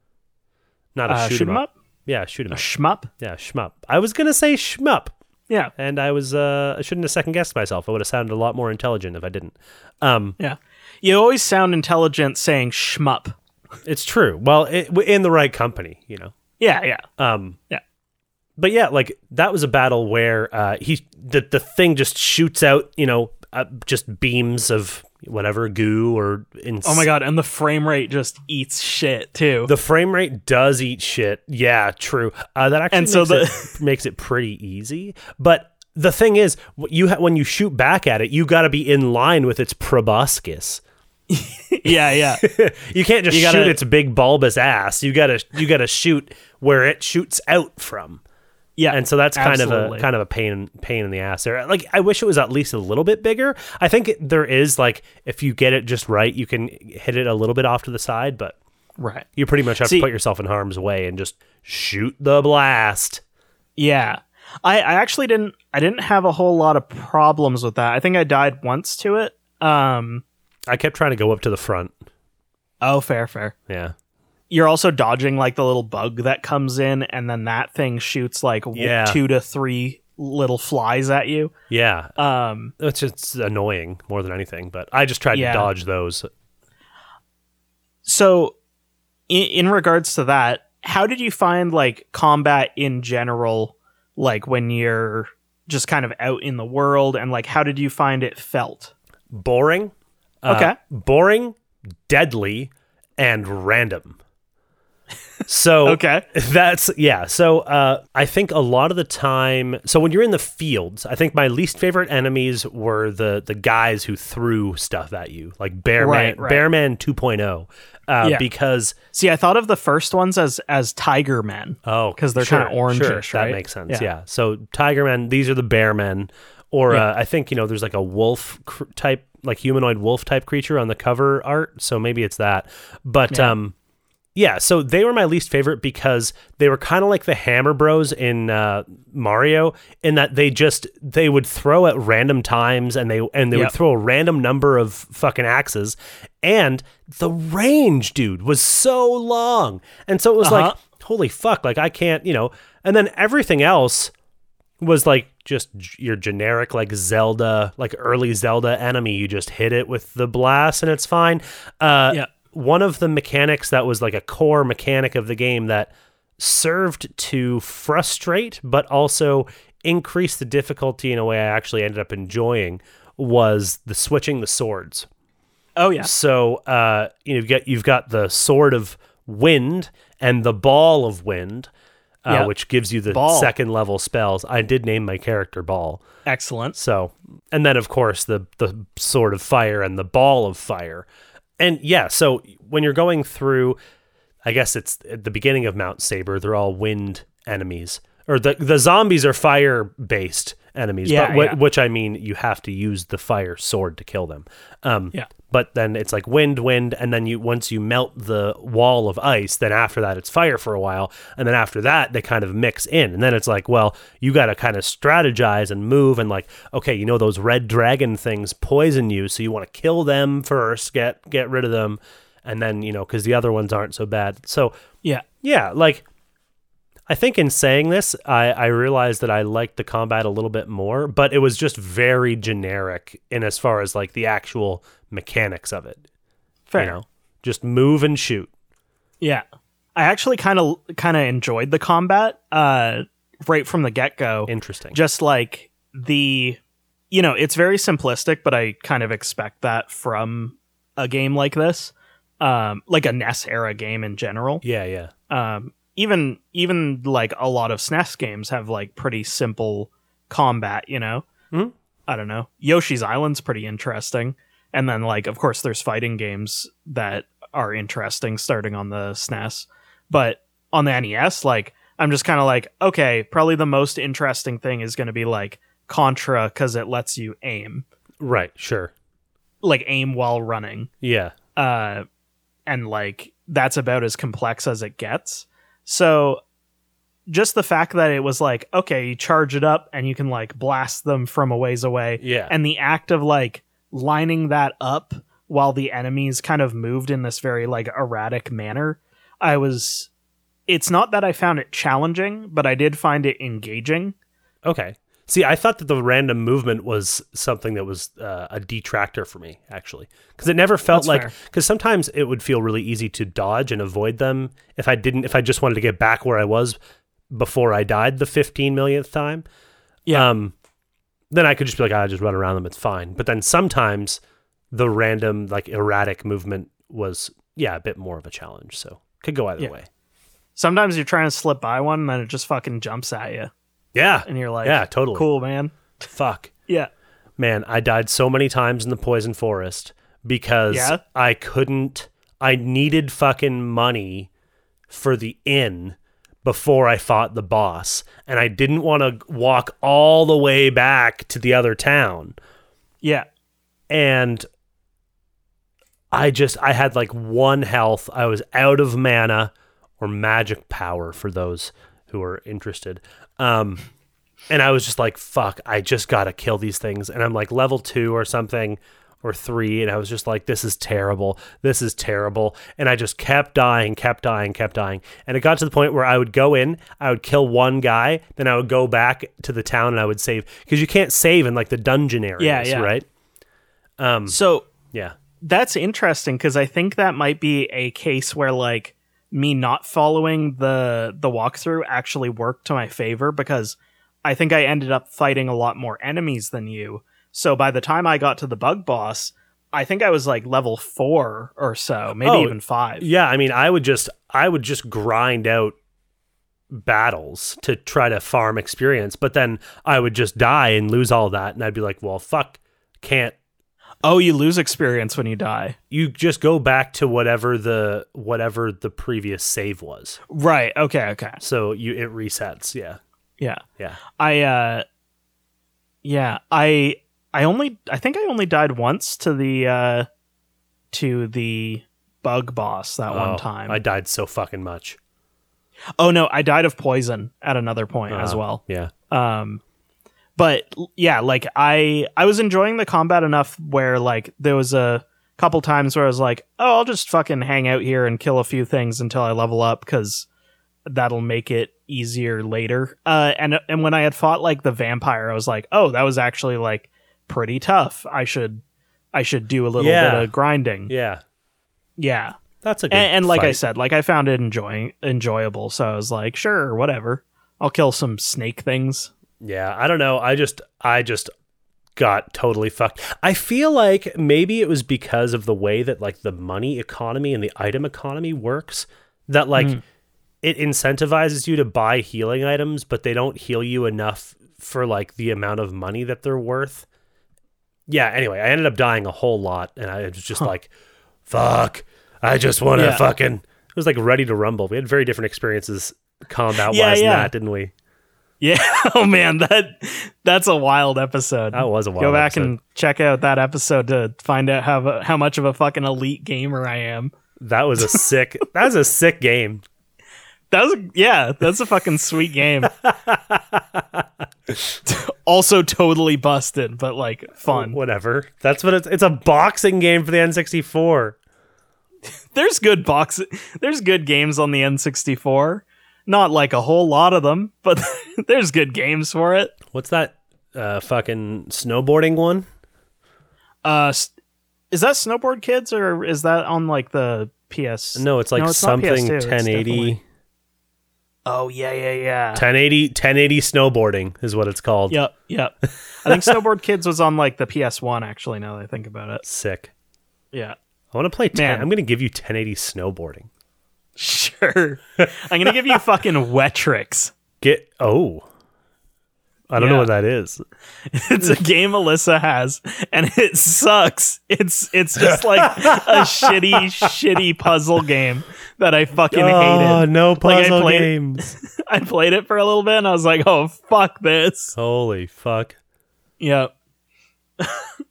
B: Not a
C: Uh,
B: shoot 'em up.
C: up?
B: Yeah, shoot 'em
C: A
B: up.
C: shmup?
B: Yeah, shmup. I was gonna say shmup,
C: Yeah.
B: and I was uh, I shouldn't have second guessed myself. I would have sounded a lot more intelligent if I didn't. Um,
C: Yeah. You always sound intelligent saying shmup.
B: it's true. Well, it, we're in the right company, you know.
C: Yeah, yeah.
B: Um,
C: Yeah.
B: But yeah, like that was a battle where uh, he the the thing just shoots out, you know, uh, just beams of whatever goo or in
C: Oh my god, and the frame rate just eats shit too.
B: The frame rate does eat shit. Yeah, true. Uh, that actually
C: And
B: makes,
C: so
B: it, [LAUGHS] makes it pretty easy. But the thing is, wh- you ha- when you shoot back at it, you got to be in line with its proboscis.
C: [LAUGHS] yeah, [LAUGHS] yeah.
B: You can't just
C: You gotta-
B: shoot its big bulbous ass. You gotta you gotta shoot where it shoots out from.
C: Yeah.
B: and so that's kind of
C: absolutely.
B: a kind of a pain pain in the ass there. Like I wish it was at least a little bit bigger. I think it- there is like if you get it just right, you can hit it a little bit off to the side, but
C: right.
B: you pretty much have
C: See-
B: to put yourself in harm's way and just shoot the blast.
C: Yeah. I, I actually didn't I didn't have a whole lot of problems with that. I think I died once to it. Um
B: I kept trying to go up to the front.
C: oh fair, fair.
B: Yeah.
C: You're also dodging like the little bug that comes in and then that thing shoots like w-
B: Yeah.
C: two to three little flies at you.
B: Yeah.
C: Um
B: It's just annoying more than anything, but I just tried
C: Yeah.
B: to dodge those.
C: so in, in regards to that, how did you find like combat in general like when you're just kind of out in the world and like how did you find it felt?
B: Boring. Uh,
C: Okay.
B: Boring, deadly, and random. So
C: [LAUGHS] Okay.
B: That's yeah. So uh, I think a lot of the time, so when you're in the fields, I think my least favorite enemies were the the guys who threw stuff at you, like Bearman,
C: Right, right.
B: Bearman 2.0, uh,
C: Yeah.
B: because
C: See, I thought of the first ones as as Tiger Men.
B: oh,
C: 'Cause they're
B: sure,
C: kinda orangish,
B: sure, That
C: right?
B: makes sense. Yeah.
C: Yeah.
B: So Tiger Men, these are the Bear Men, or
C: Yeah.
B: uh, I think you know, there's like a wolf cr- type, like humanoid wolf type creature on the cover art. So maybe it's that, but
C: Yeah.
B: um. Yeah, so they were my least favorite because they were kind of like the Hammer Bros in uh, Mario, in that they just they would throw at random times and they and they
C: Yep.
B: would throw a random number of fucking axes, and the range, dude, was so long, and so it was
C: Uh-huh.
B: like, holy fuck, like I can't, you know, and then everything else was like just g- your generic like Zelda, like early Zelda enemy. You just hit it with the blast and it's fine. Uh,
C: Yeah.
B: One of the mechanics that was like a core mechanic of the game that served to frustrate, but also increased the difficulty in a way I actually ended up enjoying was the switching the swords.
C: Oh yeah.
B: So uh, you know, you've got you've got the sword of wind and the ball of wind, uh,
C: Yeah.
B: which gives you the
C: Ball.
B: second level spells. I did name my character Ball.
C: Excellent.
B: So, and then of course the the sword of fire and the ball of fire, and yeah. So when you're going through, I guess it's at the beginning of Mount Saber. They're all wind enemies, or the the zombies are fire based enemies.
C: Yeah,
B: but whi-
C: yeah.
B: which I mean, you have to use the fire sword to kill them. Um,
C: Yeah.
B: But then it's like wind, wind, and then you once you melt the wall of ice, then after that it's fire for a while, and then after that they kind of mix in, and then it's like, well, you got to kind of strategize and move, and like, okay, you know those red dragon things poison you, so you want to kill them first, get get rid of them, and then you know because the other ones aren't so bad. So
C: Yeah.
B: yeah, like I think in saying this, I, I realized that I liked the combat a little bit more, but it was just very generic in as far as like the actual mechanics of it.
C: Fair.
B: You know, just move and shoot.
C: Yeah. I actually kind of kind of enjoyed the combat uh right from the get-go.
B: Interesting.
C: Just like the you know, it's very simplistic, but I kind of expect that from a game like this. Um like a NES era game in general.
B: yeah, yeah,
C: Um even even like a lot of SNES games have like pretty simple combat, you know.
B: Mhm.
C: I don't know. Yoshi's Island's pretty interesting. And then like of course there's fighting games that are interesting starting on the SNES. But on the NES like I'm just kind of like okay, probably the most interesting thing is going to be like Contra cuz it lets you aim.
B: right, sure,
C: Like aim while running
B: yeah,
C: uh, and like that's about as complex as it gets. So just the fact that it was like okay, you charge it up and you can like blast them from a ways away,
B: yeah,
C: and the act of like lining that up while the enemies kind of moved in this very like erratic manner, I was. It's not that I found it challenging, but I did find it engaging.
B: okay. See, I thought that the random movement was something that was uh, a detractor for me, actually, because it never felt
C: That's
B: like
C: fair.
B: because sometimes it would feel really easy to dodge and avoid them if I didn't if I just wanted to get back where I was before I died the fifteen millionth time.
C: Yeah.
B: Um, then I could just be like, I just run around them. It's fine. But then sometimes the random like erratic movement was yeah a bit more of a challenge. So could go either
C: Yeah.
B: way.
C: Sometimes you're trying to slip by one, and then it just fucking jumps at you,
B: Yeah.
C: and you're like,
B: Yeah, totally.
C: cool, man."
B: Fuck.
C: Yeah,
B: Man, I died so many times in the poison forest because
C: Yeah?
B: I couldn't. I needed fucking money for the inn before I fought the boss, and I didn't want to walk all the way back to the other town.
C: yeah.
B: and I just I had like one health. I was out of mana or magic power for those who are interested. Um and I was just like fuck, I just got to kill these things and I'm like level 2 or something or 3 and I was just like this is terrible. This is terrible. And I just kept dying, kept dying, kept dying. And it got to the point where I would go in, I would kill one guy, then I would go back to the town and I would save cuz you can't save in like the dungeon areas,
C: yeah.
B: right? Um
C: So
B: yeah.
C: that's interesting because I think that might be a case where like me not following the the walkthrough actually worked to my favor because I think I ended up fighting a lot more enemies than you. So by the time I got to the bug boss, I think I was like level four or so, maybe
B: Oh,
C: even five.
B: Yeah, I mean, I would just I would just grind out battles to try to farm experience, but then I would just die and lose all that and I'd be like, "Well, fuck, can't
C: Oh, you lose experience when you die.
B: you just go back to whatever the whatever the previous save was."
C: Right. Okay. Okay.
B: So you it resets, yeah.
C: Yeah.
B: Yeah.
C: I uh yeah, I I only I think I only died once to the uh to the bug boss that
B: Oh,
C: one time.
B: I died so fucking much.
C: oh no, I died of poison at another point as
B: Uh,
C: well.
B: Yeah.
C: Um but l- yeah, like I I was enjoying the combat enough where like there was a couple times where I was like, "Oh, I'll just fucking hang out here and kill a few things until I level up cuz that'll make it easier later. Uh, and and when I had fought like the vampire, I was like, oh, that was actually like pretty tough. I should I should do a little
B: Yeah.
C: bit of grinding. Yeah,
B: Yeah. That's a good
C: and, and like I
B: fight.
C: said, like I found it enjoying enjoyable. So I was like, sure, whatever. I'll kill some snake things.
B: Yeah, I don't know. I just I just got totally fucked. I feel like maybe it was because of the way that like the money economy and the item economy works that like
C: Mm.
B: it incentivizes you to buy healing items, but they don't heal you enough for like the amount of money that they're worth. Yeah, anyway, I ended up dying a whole lot and I was just like fuck. I just want to
C: Yeah.
B: fucking it was like ready to rumble. We had very different experiences combat wise
C: Yeah,
B: than
C: yeah.
B: that, didn't we?
C: Yeah. [LAUGHS] Oh man, that that's a wild episode.
B: That was a while.
C: Go back and check out that episode to find out how how much of a fucking elite gamer I am.
B: That was [LAUGHS] a sick. that was a sick game.
C: That was yeah, that's a fucking sweet
B: [LAUGHS]
C: game. also totally busted, but like fun.
B: Whatever. That's what it's. It's a boxing game for the N64.
C: There's good box there's good games on the N64. Not like a whole lot of them, but [LAUGHS] there's good games for it.
B: What's that? Uh, fucking snowboarding one.
C: Uh s- is that Snowboard Kids or is that on like the PS?
B: No, it's like
C: not
B: something
C: PS2, it's
B: 1080,
C: definitely- Oh yeah, yeah, yeah.
B: 1080, 1080 snowboarding is what it's called.
C: Yep, yep. I
B: [LAUGHS]
C: think Snowboard Kids was on like the PS1 actually now that I think about it.
B: Sick. [LAUGHS]
C: Yeah.
B: I want to play 10.
C: Man.
B: I'm gonna give you 1080 snowboarding.
C: Sure. I'm gonna give you fucking Wetrix. [LAUGHS]
B: Get oh. I don't know
C: Yeah.
B: what that is.
C: It's a game Alyssa has, and it sucks. It's it's just like a shitty, shitty puzzle game that I fucking
B: Oh,
C: hated.
B: no
C: I
B: puzzle
C: played-
B: games.
C: I played it for a little bit and I was like, oh fuck this.
B: Holy fuck.
C: Yep. [LAUGHS]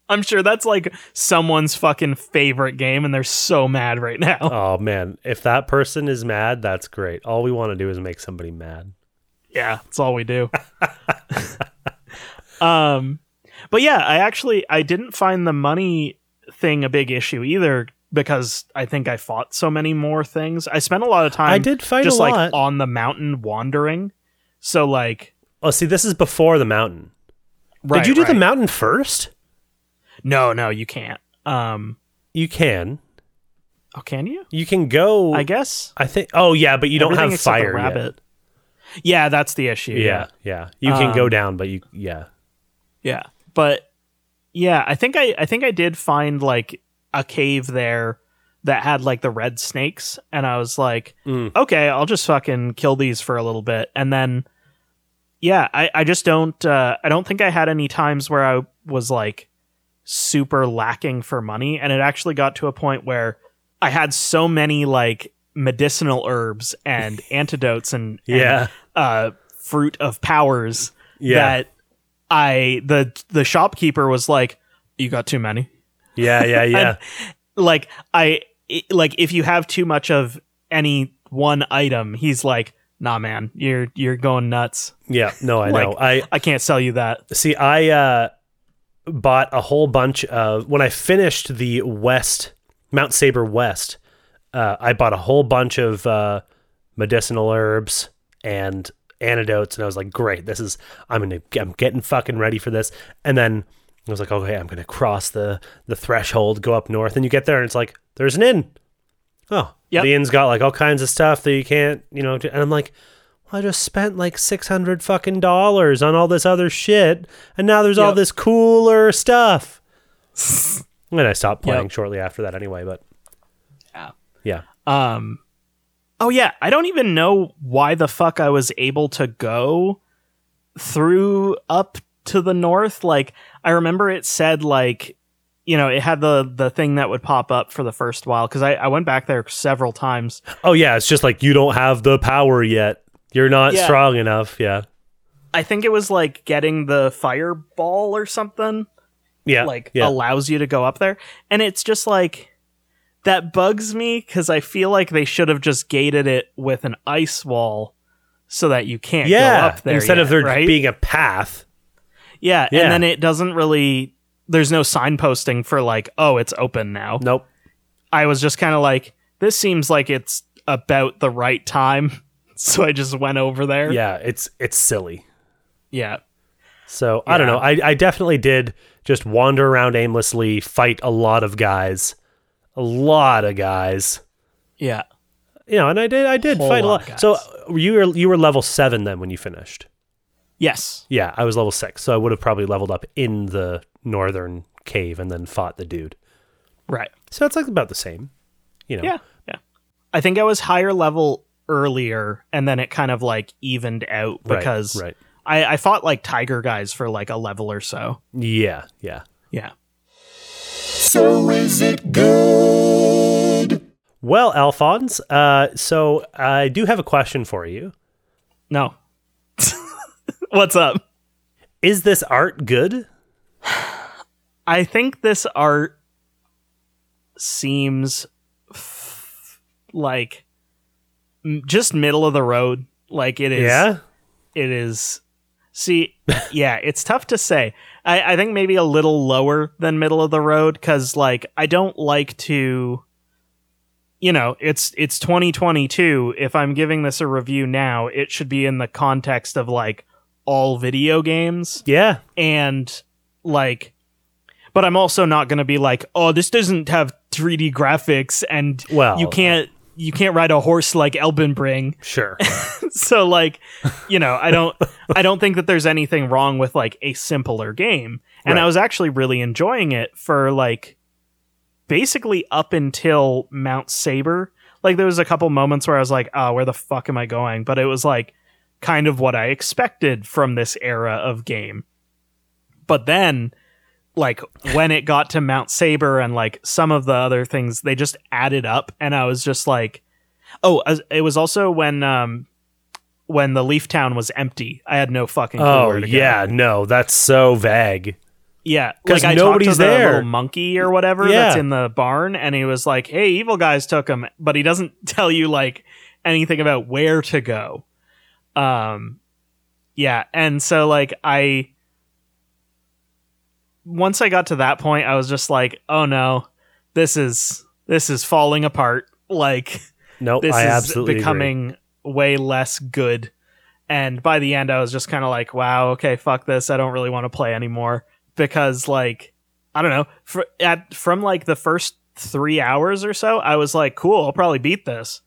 C: I'm sure that's like someone's fucking favorite game, and they're so mad right now.
B: Oh man, if that person is mad, that's great. All we want to do is make somebody mad.
C: [LAUGHS] yeah that's all we do [LAUGHS] um but yeah i actually i didn't find the money thing a big issue either because i think i fought so many more things i spent a lot of time
B: i did fight
C: just
B: a
C: like
B: lot.
C: on the mountain wandering so like
B: oh, see, this is before the mountain.
C: right,
B: did you do the
C: right.
B: mountain first?
C: no no you can't um
B: You can.
C: oh can you
B: You can go.
C: i
B: I,
C: guess
B: think. Oh yeah, but you don't
C: Everything
B: have
C: except the
B: fire yet.
C: rabbit yeah that's the issue
B: Yeah, yeah. You can go
C: Um,
B: down, but you yeah.
C: Yeah. But yeah, I think I I think I did find like a cave there that had like the red snakes and I was like,
B: Mm.
C: okay, I'll just fucking kill these for a little bit and then yeah, I I just don't uh I don't think I had any times where I was like super lacking for money and it actually got to a point where I had so many like medicinal herbs
B: [LAUGHS]
C: and antidotes and, and,
B: Yeah.
C: uh fruit of powers
B: Yeah.
C: that I the the shopkeeper was like, "You got too many."
B: yeah,
C: [LAUGHS]
B: yeah, yeah.
C: Like I i- like if you have too much of any one item, he's like, "Nah, man, you're you're going nuts.
B: yeah. No, I know.
C: Like-
B: I
C: I can't sell you that."
B: See, I uh, bought a whole bunch of when I finished the West Mount Saber West. Uh, I bought a whole bunch of uh, medicinal herbs and antidotes, and I was like, "Great, this is I'm gonna I'm getting fucking ready for this." And then I was like, "Okay, I'm gonna cross the the threshold, go up north, and you get there, and it's like there's an inn. Oh, yeah,
C: Yep.
B: the inn's got like all kinds of stuff that you can't, you know." do- And I'm like, I just spent like six hundred fucking dollars on all this other shit, and now there's all
C: Yep.
B: this cooler
C: [LAUGHS]
B: stuff. and I stopped playing
C: Yep.
B: shortly after that, anyway. But
C: Yeah.
B: yeah,
C: Um Oh yeah, I don't even know why the fuck I was able to go through up to the north. Like I remember it said like you know, it had the the thing that would pop up for the first while because I, I went back there several times.
B: oh yeah, it's just like you don't have the power yet. You're not
C: Yeah.
B: strong enough. Yeah,
C: I think it was like getting the fireball or something
B: yeah,
C: like
B: yeah.
C: allows you to go up there. And it's just like that bugs me because I feel like they should have just gated it with an ice wall so that you can't go
B: yeah,
C: up there.
B: instead of
C: yet,
B: there
C: right?
B: being a path.
C: Yeah,
B: Yeah.
C: and then it doesn't really. There's no signposting for like, oh, it's open now.
B: Nope.
C: I was just kind of like, this seems like it's about the right time, [LAUGHS] so I just went over there.
B: Yeah, it's it's silly.
C: yeah,
B: So I don't
C: Yeah.
B: know. I I definitely did just wander around aimlessly, fight a lot of guys, a lot of guys.
C: yeah.
B: you know, and I did I did
C: Whole
B: fight a
C: lot,
B: lot.
C: guys.
B: So uh, you were you were level seven then when you finished.
C: Yes.
B: Yeah, I was level six, so I would have probably leveled up in the northern cave and then fought the dude.
C: Right.
B: So it's like about the same, you know.
C: Yeah. Yeah. I think I was higher level earlier, and then it kind of like evened out
B: Right,
C: because
B: right.
C: I, I fought like tiger guys for like a level or so.
B: Yeah, yeah.
C: Yeah.
A: So is it good?
B: Well, Alphonse, uh, so I do have a question for you.
C: No. [LAUGHS] What's up?
B: Is this art good?
C: I think this art seems f- like m- just middle of the road. Like it is.
B: yeah.
C: It is. See, yeah, it's tough to say. I, I think maybe a little lower than middle of the road because, like, I don't like to. You know, it's it's 2022. If I'm giving this a review now, it should be in the context of like all video games
B: Yeah.
C: and like but i'm also not going to be like oh this doesn't have 3d graphics and
B: Well-
C: you can't you can't ride a horse like elbenbring [LAUGHS]
B: Sure.
C: so like you know i don't i don't think that there's anything wrong with like a simpler game and
B: Right.
C: i was actually really enjoying it for like basically up until mount saber like there was a couple moments where i was like oh where the fuck am i going but it was like kind of what i expected from this era of game but then like when it got to mount saber and like some of the other things they just added up and i was just like oh as- it was also when um when the leaf town was empty i had no fucking clue
B: oh
C: where to go.
B: yeah, no, that's so vague.
C: yeah
B: 'Cause
C: like, I talked to
B: nobody's
C: the
B: there.
C: little monkey or whatever
B: Yeah.
C: that's in the barn and he was like hey evil guys took him but he doesn't [LAUGHS] tell you like anything about where to go um yeah and so like i once i got to that point i was just like oh no this is this is falling apart [LAUGHS] like
B: No,
C: this
B: Oh, I
C: is
B: absolutely agree.
C: becoming way less good and by the end i was just kind of like wow okay fuck this i don't really want to play anymore because like i don't know fr- at, from like the first three hours or so i was like cool i'll probably beat this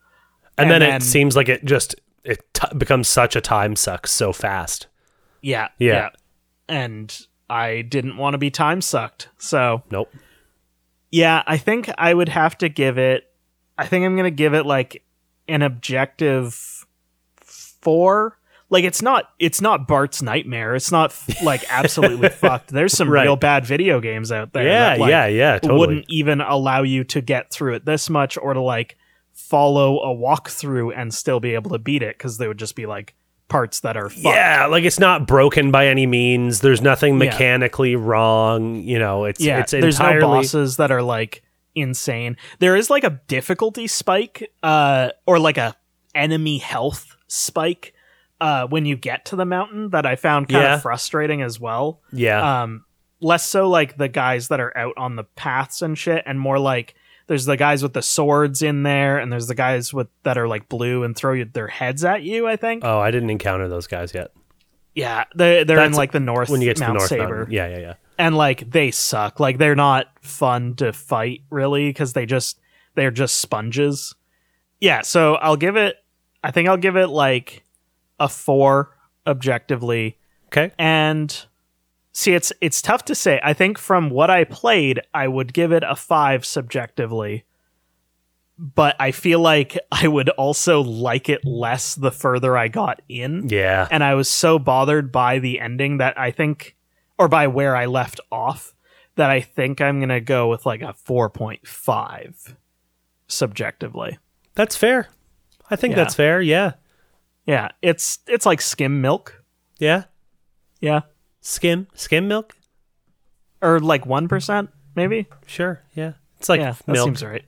B: And, then,
C: and
B: it
C: then-
B: seems like it just it t- becomes such a time suck so fast.
C: yeah
B: Yeah.
C: and i didn't want to be time sucked so
B: Nope.
C: yeah i think i would have to give it i think i'm gonna give it like an objective four like it's not it's not bart's nightmare
B: [LAUGHS]
C: it's not f- like absolutely fucked there's some
B: Right.
C: real bad video games out there
B: Yeah,
C: that, like,
B: yeah, yeah, totally.
C: wouldn't even allow you to get through it this much or to like follow a walkthrough and still be able to beat it because they would just be like parts that are fucked.
B: Yeah, like it's not broken by any means. There's nothing mechanically wrong. You know, it's
C: yeah,
B: it's
C: there's
B: entirely
C: no bosses that are like insane. There is like a difficulty spike, uh, or like a enemy health spike, uh, when you get to the mountain that I found kind
B: Yeah.
C: of frustrating as well.
B: yeah,
C: Um, less so like the guys that are out on the paths and shit, and more like there's the guys with the swords in there, and there's the guys with that are like blue and throw you, their heads at you. I think.
B: Oh, I didn't encounter those guys yet.
C: yeah, they they're in
B: That's
C: like the north
B: When you get to
C: Mount
B: the North
C: Saber
B: Mountain. Yeah, yeah, yeah.
C: and like they suck like they're not fun to fight really because they just they're just sponges yeah so i'll give it i think i'll give it like a four objectively
B: Okay.
C: and see it's it's tough to say i think from what i played i would give it a five subjectively but i feel like [LAUGHS] i would also like it less the further i got in
B: Yeah.
C: and I was so bothered by the ending that I think, or by where I left off, that I think I'm gonna go with like a 4.5 subjectively.
B: That's fair. I think
C: Yeah.
B: that's fair. Yeah.
C: Yeah, it's it's like skim milk.
B: Yeah.
C: Yeah,
B: Skim skim milk?
C: or like one percent maybe.
B: Sure. Yeah. It's like
C: yeah, that
B: milk.
C: seems right.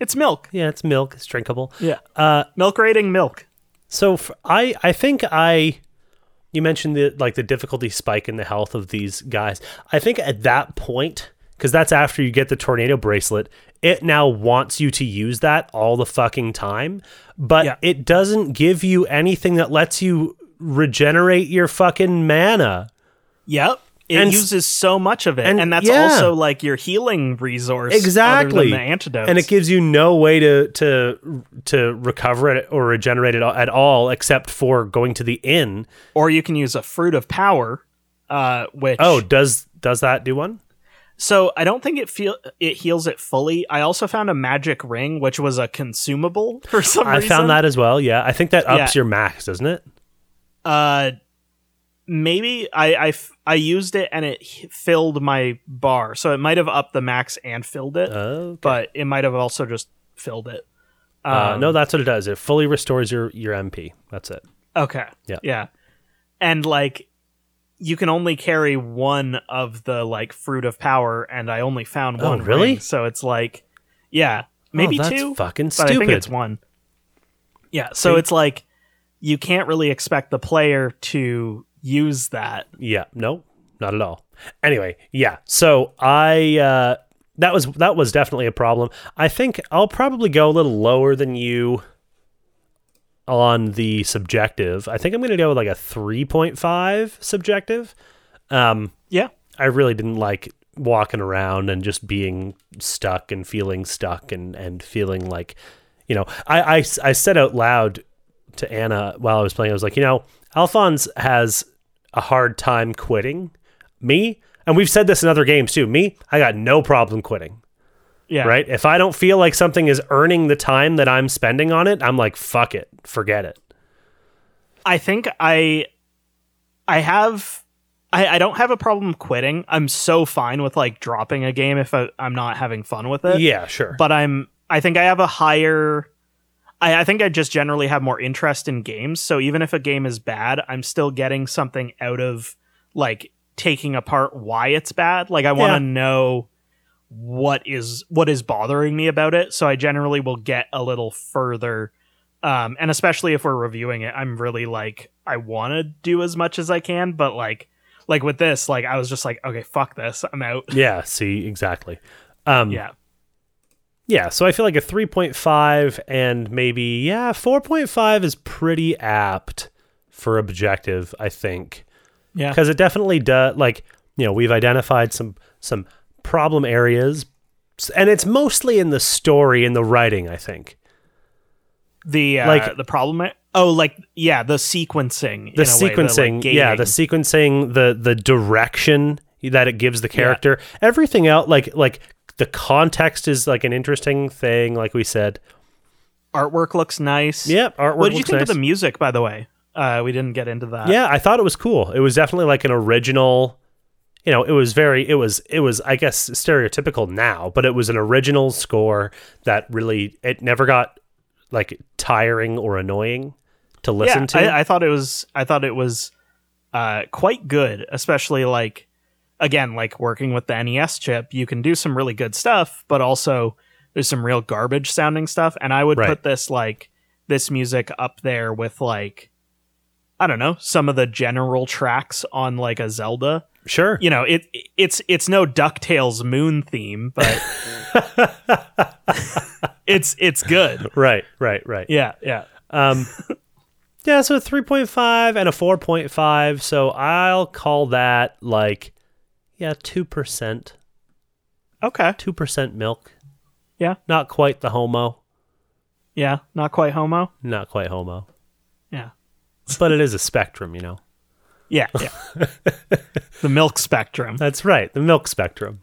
C: It's milk.
B: yeah, it's milk. It's drinkable.
C: Yeah,
B: Uh
C: milk rating milk.
B: So f I I I think I you mentioned the like the difficulty spike in the health of these guys. I think at that point because that's after you get the tornado bracelet, it now wants you to use that all the fucking time, but
C: Yeah.
B: it doesn't give you anything that lets you regenerate your fucking mana.
C: Yep. It
B: And s-
C: uses so much of it,
B: and-
C: and, that's
B: yeah.
C: also like your healing resource, other than
B: Exactly.
C: the antidotes.
B: and it gives you no way to to to recover it or regenerate it at all except for going to the inn.
C: or you can use a fruit of power, uh, which
B: Oh, does does that do one?
C: So I don't think it feel it heals it fully. I also found a magic ring, which was a consumable [LAUGHS] for some
B: I
C: reason.
B: found that as well. Yeah, I think that ups
C: Yeah.
B: your max, doesn't it?
C: Uh, maybe I, I f- I used it and it h- filled my bar, so it might have upped the max and filled it,
B: Oh,
C: but it might have also just filled it.
B: uh,
C: Um,
B: no, that's what it does. It fully restores your your MP. That's it.
C: Um, Okay.
B: Yeah.
C: Yeah. And like you can only carry one of the like fruit of power and I only found
B: Oh,
C: one.
B: really?
C: ring, so it's like yeah, maybe
B: oh, that's
C: two.
B: Fucking
C: but
B: stupid.
C: I think it's one. Yeah, so
B: See?
C: it's like you can't really expect the player to use that.
B: Yeah, no, not at all. Anyway, yeah. So I uh that was that was definitely a problem. I think I'll probably go a little lower than you on the subjective. I think I'm going to go with like a 3.5 subjective. Um
C: Yeah.
B: I really didn't like walking around and just being stuck and feeling stuck and and feeling like you know I I, I said out loud to Anna while I was playing I was like you know Alphonse has a hard time quitting me and we've said this in other games too me I got no problem quitting
C: Yeah.
B: right if I don't feel like something is earning the time that I'm spending on it I'm like fuck it forget it
C: I think I I have I, I don't have a problem quitting. I'm so fine with like dropping a game if I, I'm not having fun with it.
B: yeah sure
C: Uh, But I'm I think I have a higher I, I think I just generally have more interest in games. So even if a game is bad, I'm still getting something out of like taking apart why it's bad. Like I want
B: Yeah.
C: to know what is what is bothering me about it. So I generally will get a little further. Um, and especially if we're reviewing it, I'm really like I want to do as much as I can, but like like with this, like I was just like, okay, fuck this, I'm out.
B: yeah see exactly um
C: Yeah,
B: Yeah, so I feel like a 3.5 and maybe, yeah, 4.5 is pretty apt for objective, I think.
C: yeah,
B: Because it definitely does, like, you know, we've identified some some problem areas, s- and it's mostly in the story and the writing, I think.
C: the uh,
B: Like-
C: like the problem oh like yeah the sequencing
B: The
C: in a way, the, like,
B: sequencing, yeah, the
C: gating.
B: sequencing, the the direction that it gives the character, everything else, like like the context is like an interesting thing, like we said.
C: artwork looks nice
B: Yep, artwork.
C: what did you
B: looks
C: think
B: nice.
C: of the music by the way uh we didn't get into that
B: yeah i thought it was cool it was definitely like an original you know it was very it was it was i guess stereotypical now but it was an original score that really it never got like tiring or annoying to listen
C: Yeah,
B: to
C: I, I thought it was i thought it was uh quite good especially like again like working with the nes chip you can do some really good stuff but also there's some real garbage sounding stuff and i would
B: Right.
C: put this like this music up there with like i don't know some of the general tracks on like a zelda
B: sure
C: you know it it's it's no ducktales moon theme
B: [LAUGHS]
C: but it's it's good
B: right right right
C: yeah yeah
B: um [LAUGHS] yeah so a 3.5 and a 4.5 so i'll call that like yeah 2%
C: okay
B: 2% milk
C: Yeah.
B: not quite the homo
C: yeah not quite homo
B: not quite homo
C: yeah
B: but it is a spectrum you know
C: yeah yeah
B: [LAUGHS]
C: the milk spectrum
B: That's right, the milk spectrum.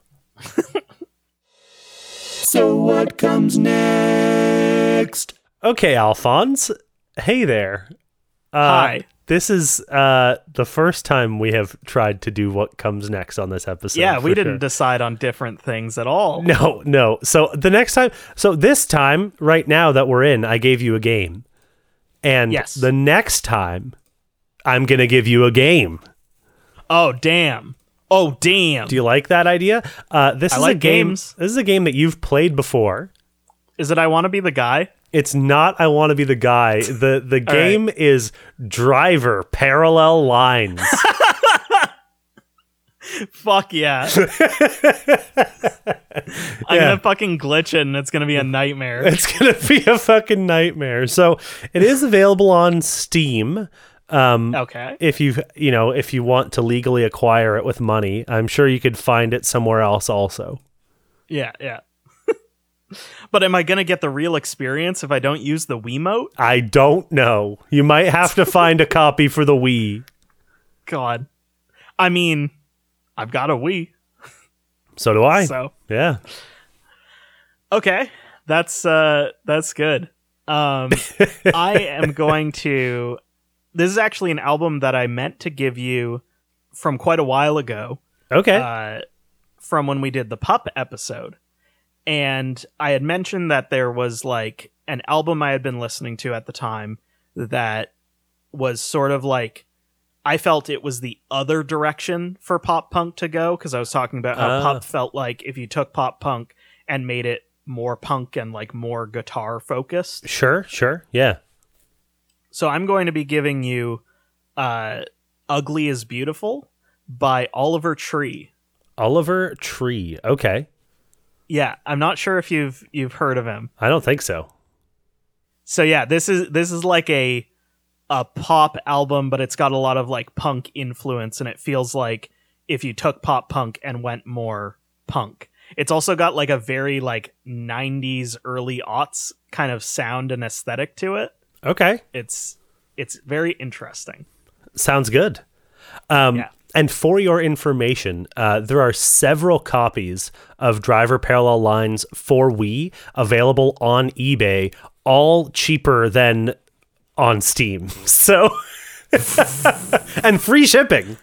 A: So what comes next?
B: Okay, Alphonse. Hey there. Uh,
C: Hi.
B: This is uh, the first time we have tried to do what comes next on this episode.
C: yeah we
B: for
C: didn't
B: sure.
C: decide on different things at all
B: [LAUGHS] No, no. So the next time, so this time, right now that we're in, I gave you a game. And
C: Yes.
B: the next time, I'm going to give you a game.
C: oh damn oh damn
B: Do you like that idea? Uh, this
C: I
B: is a
C: like
B: game.
C: games.
B: This is a game that you've played before.
C: is it i want to be the guy
B: It's not I want to be the guy. The the game is driver parallel
C: [LAUGHS]
B: lines. [LAUGHS]
C: fuck yeah i'm
B: Yeah.
C: gonna fucking glitch it and it's gonna be
B: [LAUGHS]
C: a nightmare
B: it's going to be a fucking nightmare. So, it is available on Steam. Um,
C: Okay.
B: if you you know if you want to legally acquire it with money, I'm sure you could find it somewhere else also.
C: Yeah, yeah. [LAUGHS] but am I gonna get the real experience if I don't use the Wiimote?
B: I don't know. You might have to find a
C: [LAUGHS]
B: copy for the Wii.
C: God. I mean, I've got a Wii,
B: So do I.
C: so
B: Yeah.
C: okay. That's uh that's good. Um I am going to this is actually an album that I meant to give you from quite a while ago.
B: Okay.
C: uh, from when we did the pup episode and i had mentioned that there was like an album i had been listening to at the time that was sort of like i felt it was the other direction for pop punk to go because i was talking about how
B: Ah.
C: pop felt like if you took pop punk and made it more punk and like more guitar focused
B: sure. Sure. Yeah.
C: so i'm going to be giving you uh ugly is beautiful by oliver tree
B: Oliver Tree. Okay.
C: Yeah, I'm not sure if you've you've heard of him.
B: I don't think so.
C: So yeah, this is this is like a a pop album, but it's got a lot of like punk influence, and it feels like if you took pop punk and went more punk. It's also got like a very like '90s, early aughts kind of sound and aesthetic to it.
B: Okay.
C: It's it's very interesting.
B: Sounds good. Um,
C: Yeah.
B: And for your information, uh, there are several copies of Driver Parallel Lines for Wii available on eBay, all cheaper than on Steam. [LAUGHS] So, and free shipping.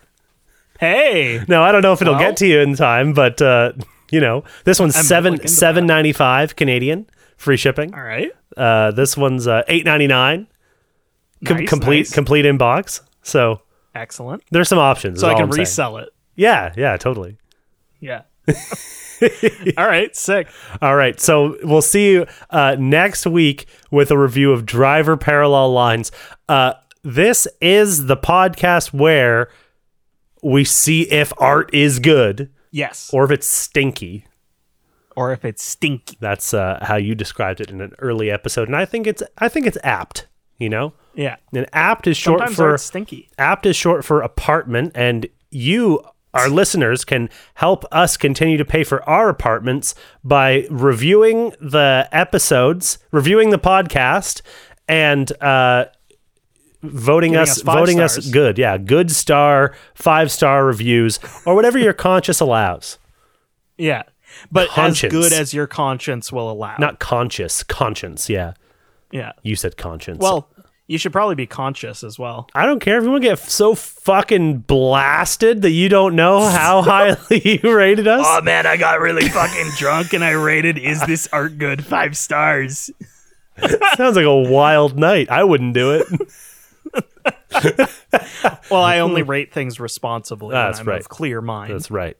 C: Hey,
B: Now I don't know if it'll
C: Well-
B: get to you in time, but uh, you know this one's
C: might look
B: seven
C: into
B: seven ninety five Canadian free shipping.
C: all right,
B: Uh, this one's uh, eight ninety nine.
C: Nice,
B: complete
C: nice.
B: complete inbox. So
C: excellent.
B: there's some options.
C: So
B: is
C: I
B: all
C: can
B: I'm saying.
C: resell it.
B: Yeah, yeah, totally. [LAUGHS]
C: Yeah. all right, sick.
B: All right, so we'll see you uh, next week with a review of Driver Parallel Lines. Uh, this is the podcast where we see if art is good
C: Yes,
B: or if it's stinky.
C: or if it's stinky.
B: That's uh, how you described it in an early episode, and I think it's I think it's apt. You know,
C: Yeah.
B: and apt is short
C: Sometimes
B: for
C: art's stinky.
B: apt is short for apartment and you our listeners can help us continue to pay for our apartments by reviewing the episodes reviewing the podcast and uh voting
C: Giving
B: us,
C: us five
B: voting us
C: stars.
B: good yeah good star five star reviews or whatever your conscience allows
C: Yeah. But
B: Conscience.
C: as good as your conscience will allow.
B: not conscious conscience yeah
C: yeah.
B: you said conscience
C: Well, you should probably be conscious as well.
B: I don't care if you want to get so fucking blasted that you don't know
C: [LAUGHS]
B: how highly [LAUGHS] you rated us.
C: Oh, man, I got really fucking [LAUGHS] drunk and I rated is this art good five stars.
B: Sounds like a wild night. I wouldn't do it.
C: Well, I only rate things responsibly.
B: That's
C: when I'm
B: right.
C: Of clear mind.
B: That's right.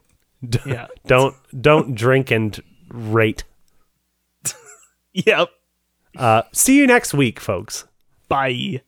B: D-
C: Yeah.
B: Don't don't drink and rate.
C: [LAUGHS] yep.
B: Uh, see you next week, folks.
C: Bye.